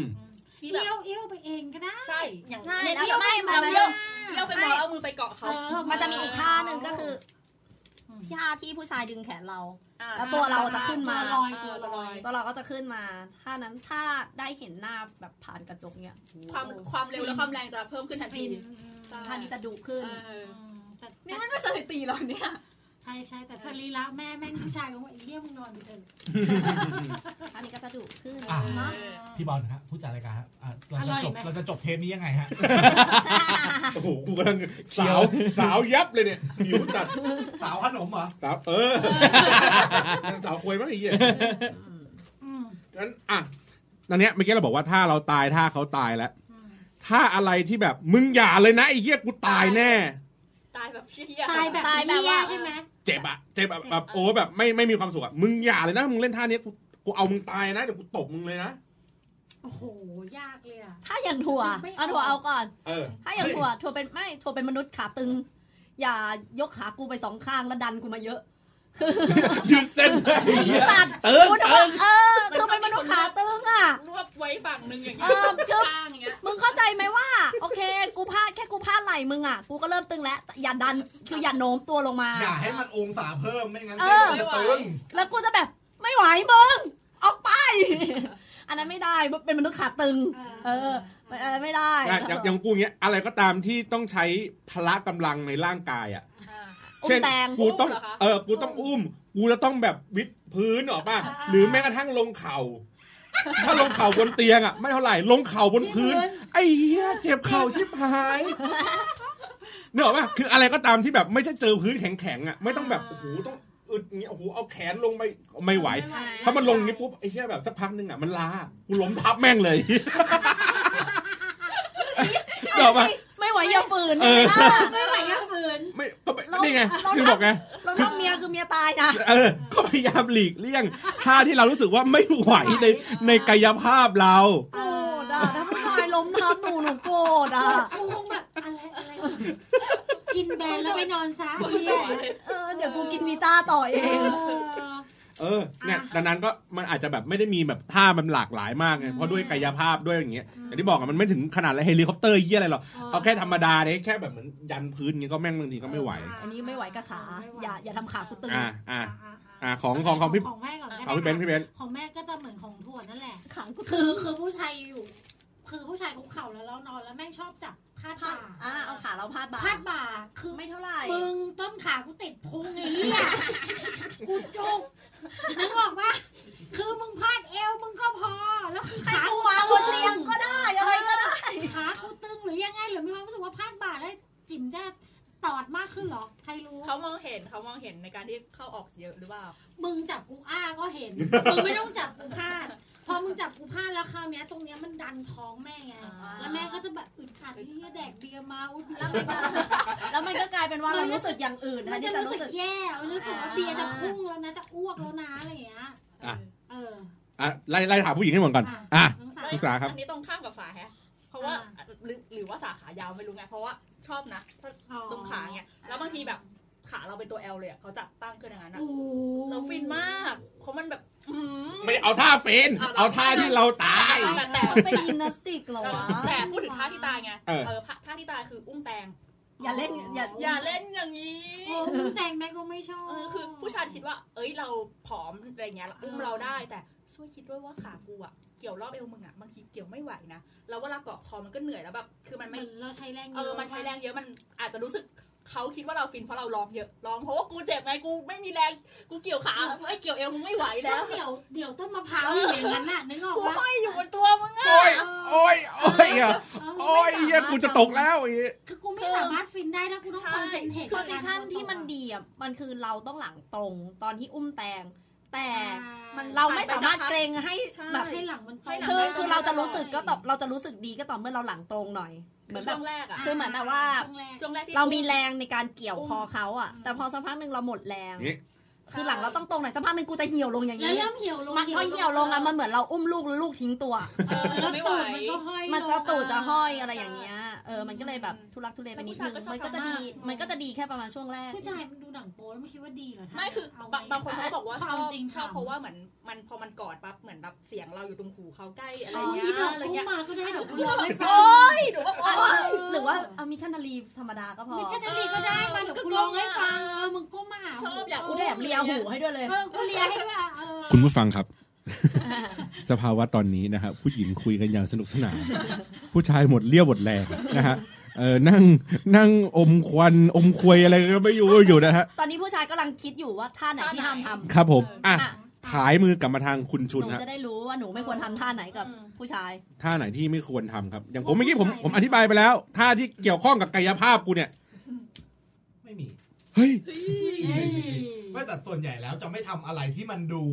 ที่แบบ
เอี้ยวเอี้ยวไปเองก็ได้
ใช่อย่าง
ใช่
เนี่ย
แล้ว
เอี้ยว
ไม่
ไม่
มั
มาน เอี้ยวเอี้ยวไปมองแล้วเอามือไปเกาะเขา
มันจะมีอีกท่าหนึ่งก็คือท่าที่ผู้ชายดึงแขนเรา
อ่ะ
แล้วตัวเราจะขึ้นมา
ตัวลอยตัวลอย
ตัวเราก็จะขึ้นมา ถ้านั้นถ้าได้เห็นหน้าแบบผ่านกระจกเนี่ยโอ้โห
ความความเร็วและความแรงจะเพิ่มขึ้นทันที ใช่
ท่านี้จะดุขึ้น
เออ
แต่
นี่มันเป็นสถิติเหรอเนี่ย
ใช่ใช่แต่สรีระแม่แม่งผู้ชายก็ว่าไอ้เหี้ยมึงนอนไปเถอะ
ท่านี้ก็จะดุขึ้น
อ่ะ
เนาะ
พี่บอลครับผู้จัดรายการครับอ่ะเราจะจบเราจะจบเทปนี้ยังไงฮะ
โอ้โห กูกำลังสาวสาวยับเลยเนี่ยหิวจัด
สาวขนมเหรอ
สาวเออ สาวควยมั้งไอ้เหี้ย
อืม
งั้นอ่ะ ตอนเนี้ยเมื่อกี้เราบอกว่าถ้าเราตายถ้าเขาตายแล้ว ถ้าอะไรที่แบบมึงอย่าเลยนะไอ้เหี้ยกูตายแน่
ตายแบบเชี่ย
ตายแบบ
ตายแบบ
เหี้
ว่า
ใช่ไหม
เจ็บอะเจ็บอะแบบโอ้แบบไม่ไม่มีความสุขอะมึงอย่าเลยนะมึงเล่นท่านี้กูกูเอามึงตายนะเดี๋ยวกูตบมึงเลยนะ
โอ้โหยากเลยอะ
ถ้าอย่างถั่ว
ไม่เอา
เอาถั่วเอาก่อน
เออ
ถ้าอย่างถั่วถั่วเป็นไม่ถั่วเป็นมนุษย์ขาตึง อย่ายกขากูไปสองข้างแล้วดันกูมาเยอะคือ
ยืดเส้นเลย
สัตว์
เออ
กูถึงว่าเออคือเป็นมนุษย์ขาตึงอ่ะ
รวบไว้ฝั่งหนึ่งอย่างเงี้
เออจึ๊
ย
บ
ข้างอย่างเงี้ย
มึงเข้าใจไหมว่า โอเค กูพลาดแค่กูพลาดไหล่มึงอ่ะ กูก็เริ่มตึงแล้วแต่อย่าดันคืออย่าโน้มตัวลงมา
อย่าให้มันองศาเพิ่มไม่งั้น
เอ
เ
อ
ส้นมันจะตึง
แล้วกูจะแบบไม่ไหวมึงออกไป [LAUGHS] อันนั้นไม่ได้มันเป็นมนุษย์ขาตึง เออเออไม่ได้
อะอย่างอย่างกูเงี้ยอะไรก็ตามที่ต้องใช้พละกำลังในร่างกายอะ
อ่า
อุ้
เช่
ม
น
แตง
กูต้อง
อุ้มเหรอคะ
เออกูต้องอุ้ม กูจะต้องแบบวิดพื้นหรอกป่ะหรือแม้กระทั่งลงเข่า [LAUGHS] ถ้าลงเข่าบนเตียงอะไม่เท่าไหร่ลงเข่าบนพื้น ไอ้เหี้ยเจ็บเข่าชิบหายเนกอะป่ะคืออะไรก็ตามที่แบบไม่ใช่เจอพื้นแข็งๆอ่ะไม่ต้องแบบโอ้โหต้องอึดเงี้ยโอ้โหเอาแขนลงไปไม่ไหว ถ้ามันลงนี้ปุ๊บไอ้เหี้ยแบบสักพักนึงอ่ะมันล้ากูล้มทับแม่งเลยเนกอะป่ะ
ไม่ไหวอย่าฝืน
เออ
ไม่ไหวก็ฝืน
ไม่ก็ไม่นี่ไงคือบอกไง
เราทำเมียคือเมียตายนะ
เออ ก็พยายามหลีกเลี่ยงท่าที่เรารู้สึกว่าไม่ไหวในในกายภาพเรา
โกรธอ่ะถ้าผู้ชายล้มทับหนูหนูโกรธอ่ะ
กูคงแบบอะไรอะไรกินแบนแล้วไปนอนซะเหี้ย
เออเดี๋ยวกูกินวีต้าต่อเอ
เอง อ
เออเนี่ยดังนั้นก็มันอาจจะแบบไม่ได้มีแบบท่ามันหลากหลายมากไงเพราะด้วยกายภาพด้วยอย่างเงี้ยอย่างที่บอกอะมันไม่ถึงขนาดอะไรเฮลิคอปเตอร์เยี่ยอะไรหรอกเอาแค่ธรรมดาเนี่ยแค่แบบเหมือนยันพื้นเงี้ยก็แม่งบางทีก็ไม่ไหว
อันนี้ไม่ไหวกับขา อย่าอย่าทำขากูตึง
อ่าอ่าอ่าของของของพี่
ของแม่ก่อนก็ได้
ของพี่เบนซ์พี่เบนซ์
ของแม่ก็จะเหมือนของถั่วนั่นแหละ
ขากูตึง
คือคือผู้ชายอยู่ คือผู้ชายคุกเข่าแล้วเรานอนแล้วแม่งชอบจับพาด
พา
บ่า
ดอ่าเอาขาเราพาดบ่า
พาดบ่าคือ
ไม่เท่าไหร่
มึงต้นขากูติดพุงไอ้เหี้ยกูจุกนึกออกปะคือมึงพาดเอวมึงก็พอ แล้วคือขา
กูวางบนเตียงก็ได้อะไรก็ได้
ขากูตึงหรือยังไงหรือมีความรู้สึกว่าพาดบ่าแล้วจิ๋มจะตอดมากขึ้นเหรอใครรู้
เขามองเห็นเขามองเห็นในการที่เข้าออกเยอะหรือเปล่า
มึงจับกูอ้าก็เห็น มึงไม่ต้องจับกูพลาด พอมึงจับกูพลาดแล้วคราวเนี้ยตรงเนี้ยมันดันท้องแม่ไง
อ่า
แล้วแม่ก็จะแบบอึดอัดที่แดกเบียร์เมาอุ๊ยเบีย
แล้ว
ร์
มันก็แล้วมันก็กลายเป็นว่าเรารู้สึกอย่างอื่น
มั
นะ
น
ที่
จะ
จะ
รู้
รู้
สึ
สึ
ก
ก
แย่รู้สึกว่าเบียร์จะพุ่งแล้วนะจะอ้วกแล้วนะอะไรอย่างเงี้ย
อ่ะ
เออ
อ่ะไล่ไล่ถามผู้หญิงให้หมดก่อนอ่ะ
น้องสาว
ลูกสาวครับ
อันนี้ตรงข้ามกับสาแฮะ เพราะว่า
อ่า
หรือหรือว่าสาขายาวไม่รู้ไง เพราะว่าชอบนะถ้า
อ๋อ
ตรงขาเงี้ย แล้วบางทีแบบขาเราเป็นตัว L เลยอะเขาจับตั้งขึ้นอย่างนั้นอะ
โอ้โห
เราฟินมาก เพราะมันแบบ อืม
ไม่เอาท่าเฟนเอาท่าที่เราตาย
แต่แต่
มันเป็นยิมนาสติกเหรอวะ
แต่พูดถึงท่าที่ตายไง
เออ
เออท่าที่ตายคืออุ้มแตง
อย่าเล่นอย่า
อย่าเล่นอย่างนี้
โอ้มึงแต่งแม่ก็ไม่ชอบ
เออคือผู้ชายคิดว่า เอ้ยเราผอมอะไรเงี้ยอุ้มเราได้แต่ช่วยคิดด้วยว่าขากูอะเกี่ยวรอบเอวมึงอะบางทีเกี่ยวไม่ไหวนะแล้วเวลาเกาะคอมันก็เหนื่อยแล้วแบบคือมัน
มั
ไม่
นเราใช้แรง
เออมันใช้แรงเยอะมันอาจจะรู้สึกเขาคิดว่าเราฟินเพราะเราร้องเยอะร้องเพราะว่ากูเจ็บไงกูไม่มีแรงกูเกี่ยวขาไม่เกี่ยวเอวมึงไม่ไหว
ต้
แล้
อ
ว
งเดี๋ยวเดี๋ยวต้นมะพร้าวอยู่อย่างนั้นน่ะนึกออก
กู
ปะ
ห้อยอยู่บนตัวมึงอะ
โอ้ยโอ้ยโอ้ยอ่ะ
เออ
โอ้ยเหี้ยกูจะตกแล้วไอ้เหี้ย
คือกูไม่สามารถฟินได้ถ้ากูต้องคอนเซนเทรต
โพ
กับ
ซิ
การ
ชันที่มันดีอ่ะมันคือเราต้องหลังตรงตอนที่อุ้มแตง แต่เราไม่สามารถเกรงให้แบ
แบบ
บ
ให้หลังมันตรง
คือคือเราจะรู้สึกก็ต่อเราจะรู้สึกดีก็ต่อเมื่อเราหลังตรงหน่อย เหมือนแบ
ช่
บ
วงแรกอะ
คือเหมือนแบบว่า
ช่วงแรกที่
เรามีแรงในการเกี่ยวคอเขาอ่ะ
อืม
แต่พอสักพักหนึ่งเราหมดแรง
นี่
คือหลังเราต้องตรงหน่อยสักพักหนึ่งกูจะเหี่ยวลงอย่าง
แล้ว
นี้
เริ่มเหี่ยวลง
มันพอเหี่ยวลงอ่ะมันเหมือนเราอุ้มลูกแล้วลูกทิ้งตัว
เออ
แล้ว
ไม่ไหว
ตูดมันก็ห้อย
มันจะ
ลง
ตูดจะห้อยอะไรอย่างเงี้ย เออ มันก็เลยแบบ
อืม
ทุลักทุเลไปนิดนึง
แต่ผู้ชาย
มันก็
ก็ชอบ
จะดี
ทำมาก
มันก็จะดีแค่ประมาณช่วงแรก
ผู้ชายมันดูหนังโป๊แล้วไม่คิดว่าดีเหรอท่น
ไม่คือบางบางคนเขาบอกว่าชอบ
เจริง
ชอบเพราะ
ว่า
ว่าเหมือนมันพอมันกอดปั๊บเหมือนแบบเสียงเราอยู่ตรงหูเขาใกล้อะไร
อ๋อ
เงี้
นี่ดอย ก
อะไร
กุ้ง
เงี้ย
มาก็ได้ดอกกุ้งมาไม่ฟั
โอ๊
ง
ยหนูว่าโอ๊ย
หรือว่าเอามิชชันนารีธรรมดาก็พอ
มิชชันนารีก็ได้มาเดี๋ยวกูร้องให้ฟังเออมึงก้มมาหา
ชอบอยาก
กูแดบเลียหูให้ด้วยเลย
เออกูเลียให้ด้วยอ่ะเออ
คุณผู้ฟังครับ [LAUGHS] สภาวะตอนนี้นะครับผู้หญิงคุยกันอย่างสนุกสนาน ผู้ชายหมดเลี้ยวหมดแรงนะฮะเออนั่งนั่งอมควันอมควยอะไรก็ไม่อยู่อยู่นะฮะ
ตอนนี้ผู้ชายกำลังคิดอยู่ว่าท่าไหนที่ห้ามทำ
ครับผมอ่ะ
อ่ะ
ขายมือกลับมาทางคุณชุ
ห
น
นู
ฮะ
จะได้รู้ว่าหนูไม่ควรทำท่าไหนกับ
อืม
ผู้ชาย
ท่าไหนที่ไม่ควรทำครับ อย่างผมเมื่อกี้ผมผมอธิบายไปแล้วท่าที่เกี่ยวข้องกับกายภาพกูเนี่ย
ไม่มี
เฮ้ย
เฮ้ย
ไม่แต่ส่วนใหญ่แล้วจะไม่ทำอะไรที่มันดู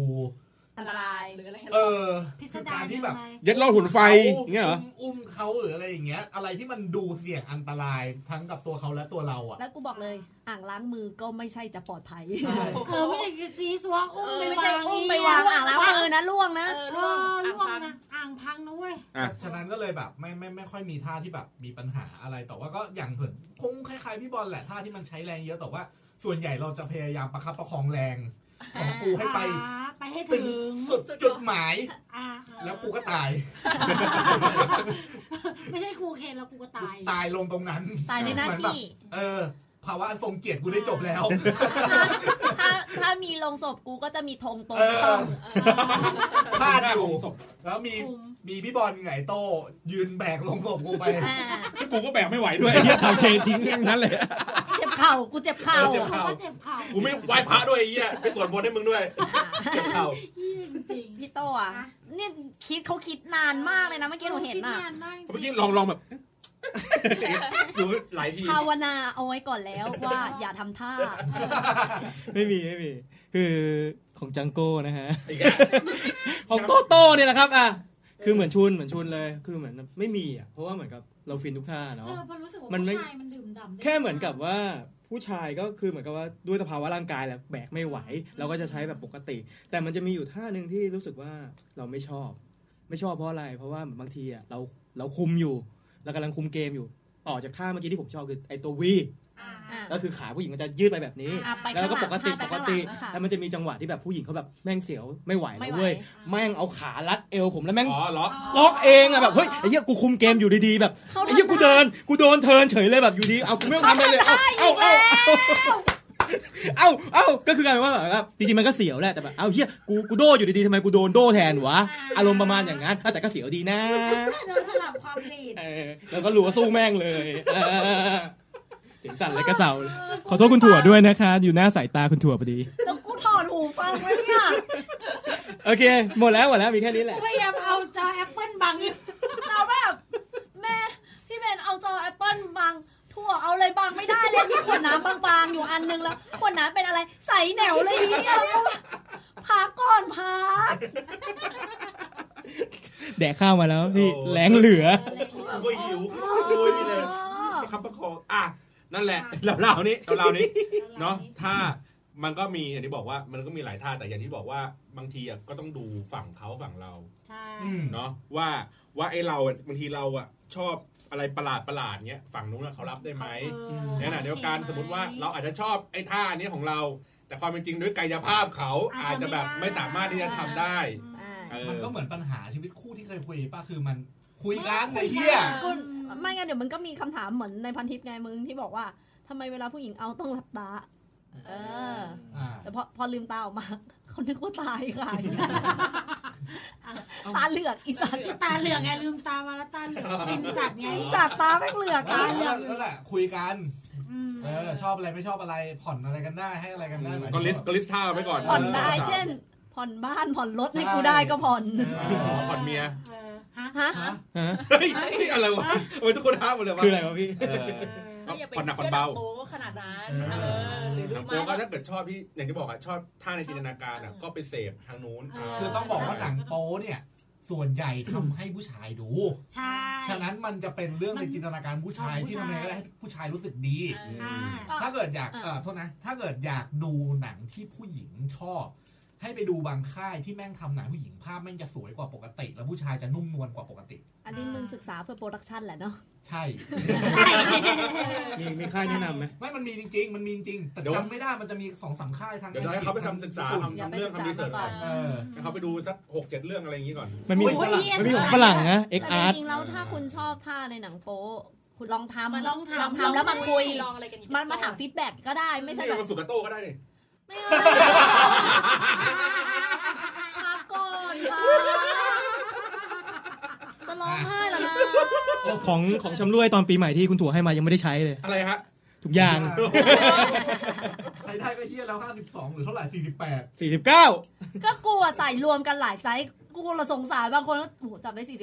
อันตราย
หรืออะไร
เออ
พิส
คือ
ดาร
การที่
ยัง
แบบ
ไง
ยัดลอดหุ่นไฟ
ขา
เงี้ยเหรอ
อุ้มเขาหรืออะไรอย่างเงี้ย อะไรที่มันดูเสี่ยงอันตรายทั้งกับตัวเขาและตัวเราอ่ะ
แล้วกูบอกเลยอ่างล้างมือก็ไม่ใช่จะปลอดภัย
ใช่
เออไม่ใช่คือซีซัวอุ้มไป
ไม่ใช่
วาง
อุ้มไปวางอ่างล้างมือนะล่วงนะ
เออ
เอ
ล่วง
อ
อ่าง
ล่วง
พัง
นะอ่างพังนะเว้ย
อ่ะ
ฉะนั้นก็เลยแบบไม่ไม่ไม่ค่อยมีท่าที่แบบมีปัญหาอะไรแต่ว่าก็อย่างเผินคงคล้ายๆพี่บอลแหละท่าที่มันใช้แรงเยอะแต่ว่า ส่วนใหญ่เราจะพยายามประคับประคองแรงของกูให้ไป
อ่าไปให้
ถึ
ถึ
ง
ง
สุดจุดหมาย
อ่า
แล้วกูก็ตาย
ไม่ใช่ครูเคนแล้วกูก็ตาย
ตายลงตรงนั้น
ตายในหน้า
มัแบบ
ที่
เออภาวะอันทรงเกียรติกูได้จบแล้ว
ถ้าถ้าถ้ามีลงศพกูก็จะมีธงตรง
เออ
ตรง
ท่าหน้าของศพแล้วมี
คุม
มีพี่บอลไงโตยืนแบกลงศพกูไป
อ่า
ก็กูก็แบกไม่ไหวด้วยไอ้เหี้ยทำเททิ้งทั้งนั้นเลย
เจ็บเข่ากูเจ็บเข่า
เจ็บ
เขา
เข่า
ก็เจ็บเข่า
กูไม่ไหว้พระด้วยไอ้เหี้ยไปสวดมนต์ให้มึงด้วยเจ็บเข่า
เหี้ยจริง
พี่โตอ่ะ
ฮะ
เนี่ยคิดเขาคิดนานมากเลยนะเมื่อ
ๆ
กี้หนูเห็น
คิด
อ่ะ
นานมากจริง
เมื่อกี้ลองลองแบบ
อยู่หลายที
ภาวนาเอาไว้ก่อนแล้ว [LAUGHS] ว่าอย่าทำท่า
ไม่มีไม่มีคือของจังโก้นะฮะ
อีกแล้ว
ของโตโต้เนี่ยแหละครับอ่ะคือเหมือนชุนเหมือนชุนเลยคือเหมือนไม่มีอ่ะเพราะว่าเหมือนกับเราฟินทุกท่า
เอ
เนาะ
อเพอรู้สึกว่า
มันไม่
ผู้ชายมันดื่มด่ำได้
แค่เหมือนกับว่าผู้ชายก็คือเหมือนกับว่าด้วยสภาวะร่างกายแหละแบกไม่ไหว เราก็จะใช้แบบปกติ แต่มันจะมีอยู่ท่าหนึ่งที่รู้สึกว่าเราไม่ชอบ ไม่ชอบเพราะอะไรเพราะว่าเหมือนบางทีอ่ะเราเราคุมอยู่เรากำลังคุมเกมอยู่ต่อจากท่าเมื่อกี้ที่ผมชอบคือไอ้ตัววี
อ่า
อ่ะ
ก็คือขาผู้หญิงมันจะยืดไปแบบนี้
อ่ะไป
แล้
ข้างห
วก็
ง
ปกติ
อ่ะ
ป
ไข้าง
ก
หลัง
ติ
อ่ะค่ะ
แล้วมันจะมีจังหวะที่แบบผู้หญิงเขาแบบแม่งเสียวไม่ไหว
ไม่ไหว
แล้วเว้ยแม่งเอาขาลัดเอวผมแล้วแม่ง
อ๋อเหรอ
ล็อกเองอ่ะแบบเฮ้ยไอ้เหี้ยกูคุมเกมอยู่ดีๆแบบ
เขา
ไอ้เหี้ยกูเดินกูโดนเทิร์นเฉยเลยแบบอยู่ดีเอากูไม่ต้องทำอะไรเลยเอาเอาเอาเอาเอาเอาก็คือกลารว่าแบบว่าจริงๆมันก็เสียวแหละแต่แบบเอาเฮียกูกูโดอยู่ดีๆทำไมกูโดนโดแทนวะอารมณ์ประมาณอย่างนั้นอ่ะแต่ก็เสียวดีนะ
โดนสลับความรีด
เออแล้วก็รัวสู้แม่งเลยเออเสียงสั่นเลยกระเซาเลยขอโทษคุณถั่วด้วยนะคะ อยู่หน้าสายตาคุณถั่วพอดี
แล้วกูถอดหูฟังไว้เนี่ย
โอเค หมดแล้วหมดแล้วมีแค่นี้แหละ
พยายามเอาจอแอปเปิลบังอยู่
เราแบบแม่พี่เบนเอาจอแอปเปิลบังถั่วเอาเลยบังไม่ได้เลยมีขวดน้ำบางๆอยู่อันนึงแล้ว [LAUGHS] ขวดน้ำเป็นอะไรใสแหนวเลยเนี่ย [LAUGHS] แล้วก็พักก่อนพัก
แดกข้าวมาแล้วพี่
โอ้
แรงเหลือ
กูก็หิวรวยไปเลยประคับประคองอ่ะนั่นแหละเราเล่านี้เราเล่านี้เนาะถ้ามันก็มีอย่างที่บอกว่ามันก็มีหลายท่าแต่อย่างที่บอกว่าบางทีอ่ะก็ต้องดูฝั่งเขาฝั่งเรา
ใช่
อืม
เนาะว่าว่าไอเราอะบางทีเราอะชอบอะไรประหลาดประหลาดๆเงี้ยฝั่งนู้นอะเขารับได้ไหมในขณะเดียวกันสมมติว่าเราอาจจะชอบไอท่าเนี้ยของเรา แต่ความเป็นจริงด้วยกายภาพเขาอา
อา
จ
จ
จะ
จะ
แบบไม่
ไม่ได้
สามารถที่จะทำได้
อ่า
เอ
มัน
อ
ก็เหมือนปัญหาชีวิตคู่ที่เคยคุยป่ะคือมันคุยกันไอ้เหี้ย
คุณไม่งั้นเดี๋ยวมันก็มีคำถามเหมือนในพันทิปไงมึงที่บอกว่าทำไมเวลาผู้หญิงเอาต้องหลับตา เออ
อ่า
แต่พอพอลืมตาออกมา เขานึกว่าตายค่ะตาเหลือกอีสัตว์
ตาเหลือกไงลืมตามาแล้วตาเหลือกฟินจัดไง
จากตาแม่งเหลือก
ตา
ตาย เหลื
แล้
อ
ว
ก
นั่นแหละคุยกัน
อืม
เออชอบอะไรไม่ชอบอะไรผ่อนอะไรกันได้ให้อะไรกันได้หมายถึง
ก็ลิสต์ก็ลิสต์ท่าไว้ก่อน
ผ่อนได้เช่น ผ่อนบ้านผ่อนรถให้กูได้ก็ผ่อน
เอ
อ๋
อ
อผ่อนเมีย
เออฮะ
ฮะ
ฮะ
เฮ้ยเฮ้ยอะไรวะทำไมทุกคนท้าหมดเลยวะ
คืออะไรวะพี่
เออ
ก็อย่าไป
ผ่อนหนักผ่อ
เชื่อน หนั
เบา
กโป๊ขนาดนั้นเออหรือ
หนั
รู้
งโป๊
ไหม
ก็
ว่า
ถ้าเกิดชอบที่อย่างที่บอกอะชอบท่าในจินตนาการอะก็ไปเสพทางนู้นเา
คือต้องบอกว่าหนังโป๊เนี่ย ส่วนใหญ่ทำให้ผู้ชายดู
ใช่
ฉะนั้นมันจะเป็นเรื่องในจินตนาการผู้ชายที่ทำยังไงก็ได้ให้ผู้ชายรู้สึกดี
อ่า
ถ้าเกิดอยาก
อ่ะ
เออโทษนะ ถ้าเกิดอยากดูหนังที่ผู้หญิงชอบ ให้ไปดูบางค่ายที่แม่งทำหนังผู้หญิงภาพแม่งจะสวยกว่าปกติ แล้วผู้ชายจะนุ่มนวลกว่าปกติ
อันนี้มึงศึกษาเพื่อโปรดักชันแหละเนาะ
ใช่
[LAUGHS]
มีมีค่ายแนะนำไหม
ไม่มันมีจริง ๆ มันมีจริง แต่
เดี๋ยว
จำไม่ได้ มันจะมีสองสามค่ายทาง
เดี๋ยวเราให้เขาไปทำศึกษาทำ
อย่าไป
ทำเรื่อง
ศึกษา
ทำดีเสิ
มา
ร์ช
ก่
ก่อน น
อ
เออ
ให้เขาไปดูสักหกเจ็ดเรื่องอะไรอย่างนี้ก่อน
มันมี
โอ้ย
มันมีของฝรั่งนะ X
แต่จ
Art
ริงๆแล้วถ้าคุณชอบท่าในหนังโป๊คุณลองทำ
มาลองทำ
ลองทำแล้วมาคุย
ลองอะไรกันอีก
มามาถามฟีดแบ็กก็ได้ไม่
ไม่
ใช่
ใช่
แบบ
มาฝึกกับโต้ก็ได้นี่
ไม่เอาพักก่อนค่ะจะร้องไห้แล้วนะ
ของของชำร่วยตอนปีใหม่ที่คุณถั่วให้มายังไม่ได้ใช้เลย
อะไรฮะ
ถุงยาง
ใครได้ก็เฮียแล้ว 52 หรือเท่าไหร่ 48
49
ก็กลัวใส่รวมกันหลายไซส์กูเราสงสารบางคนก็โอ้โหจับไป49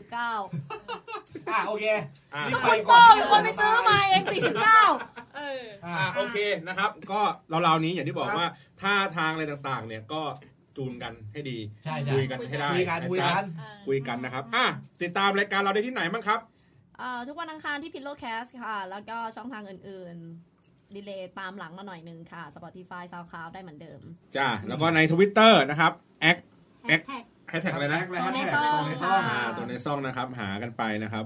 อ่ะ โอเค
อ่ะ
รีบ
คน
ก่
โต
น
เป็นคนไปซื้อมาเอง49
เออ
อ่ะ
อ่ะโอเคนะครับ ก็เราวๆนี้อย่างที่บอกว่าท่าทางอะไรต่างๆ เนี่ยก็
จูนกันให้ดี
ใช่ใช่
คุยกันให้ได้
คุยกันคุยกัน
อ่า
คุยกันนะครับอ่ะติดตามรายการเราได้ที่ไหนบ้างครับ
เอ่อทุกวันอังคารที่พิ l โลแคสค่ะ แล้วก็ช่องทางอื่นๆ ดีเลย์ตามหลังมาหน่อยนึงค่ะ Spotify SoundCloud ได้เหมือนเดิม
จ้า แล้วก็ในทวิตเตอร์นะครับแอค
แฮชแท็ก
แฮชแท็กเลยนะ
hashtag เลย
ตัวใน
hashtag
ซ่อง
ตัวในซ่อง
ค่ะ
อ่าตัวในซ่องนะครับ หากันไปนะครับ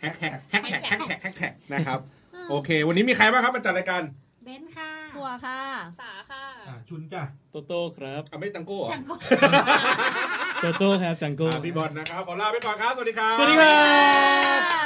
แฮชแท็ก
แฮชแท็กแฮชแท็กแฮชแท็กแฮชแท็กนะครับ โอเค วันนี้มีใครบ้างครับมาจัดรายการ
เบนซ์ค่ะ
ทัวร์ค่ะ
สาค่ะ
อ่ะชุนจ้ะ
โตโต้ครับ
อ่ะไม่ตังโก้เหรอ
จังก็
โตโต้ครับจังโก้
อ่ะพี่บอลนะครับ ขอลาไปก่อนครับ สวัสดีครับ
สวัสดีครับ
ค่ะ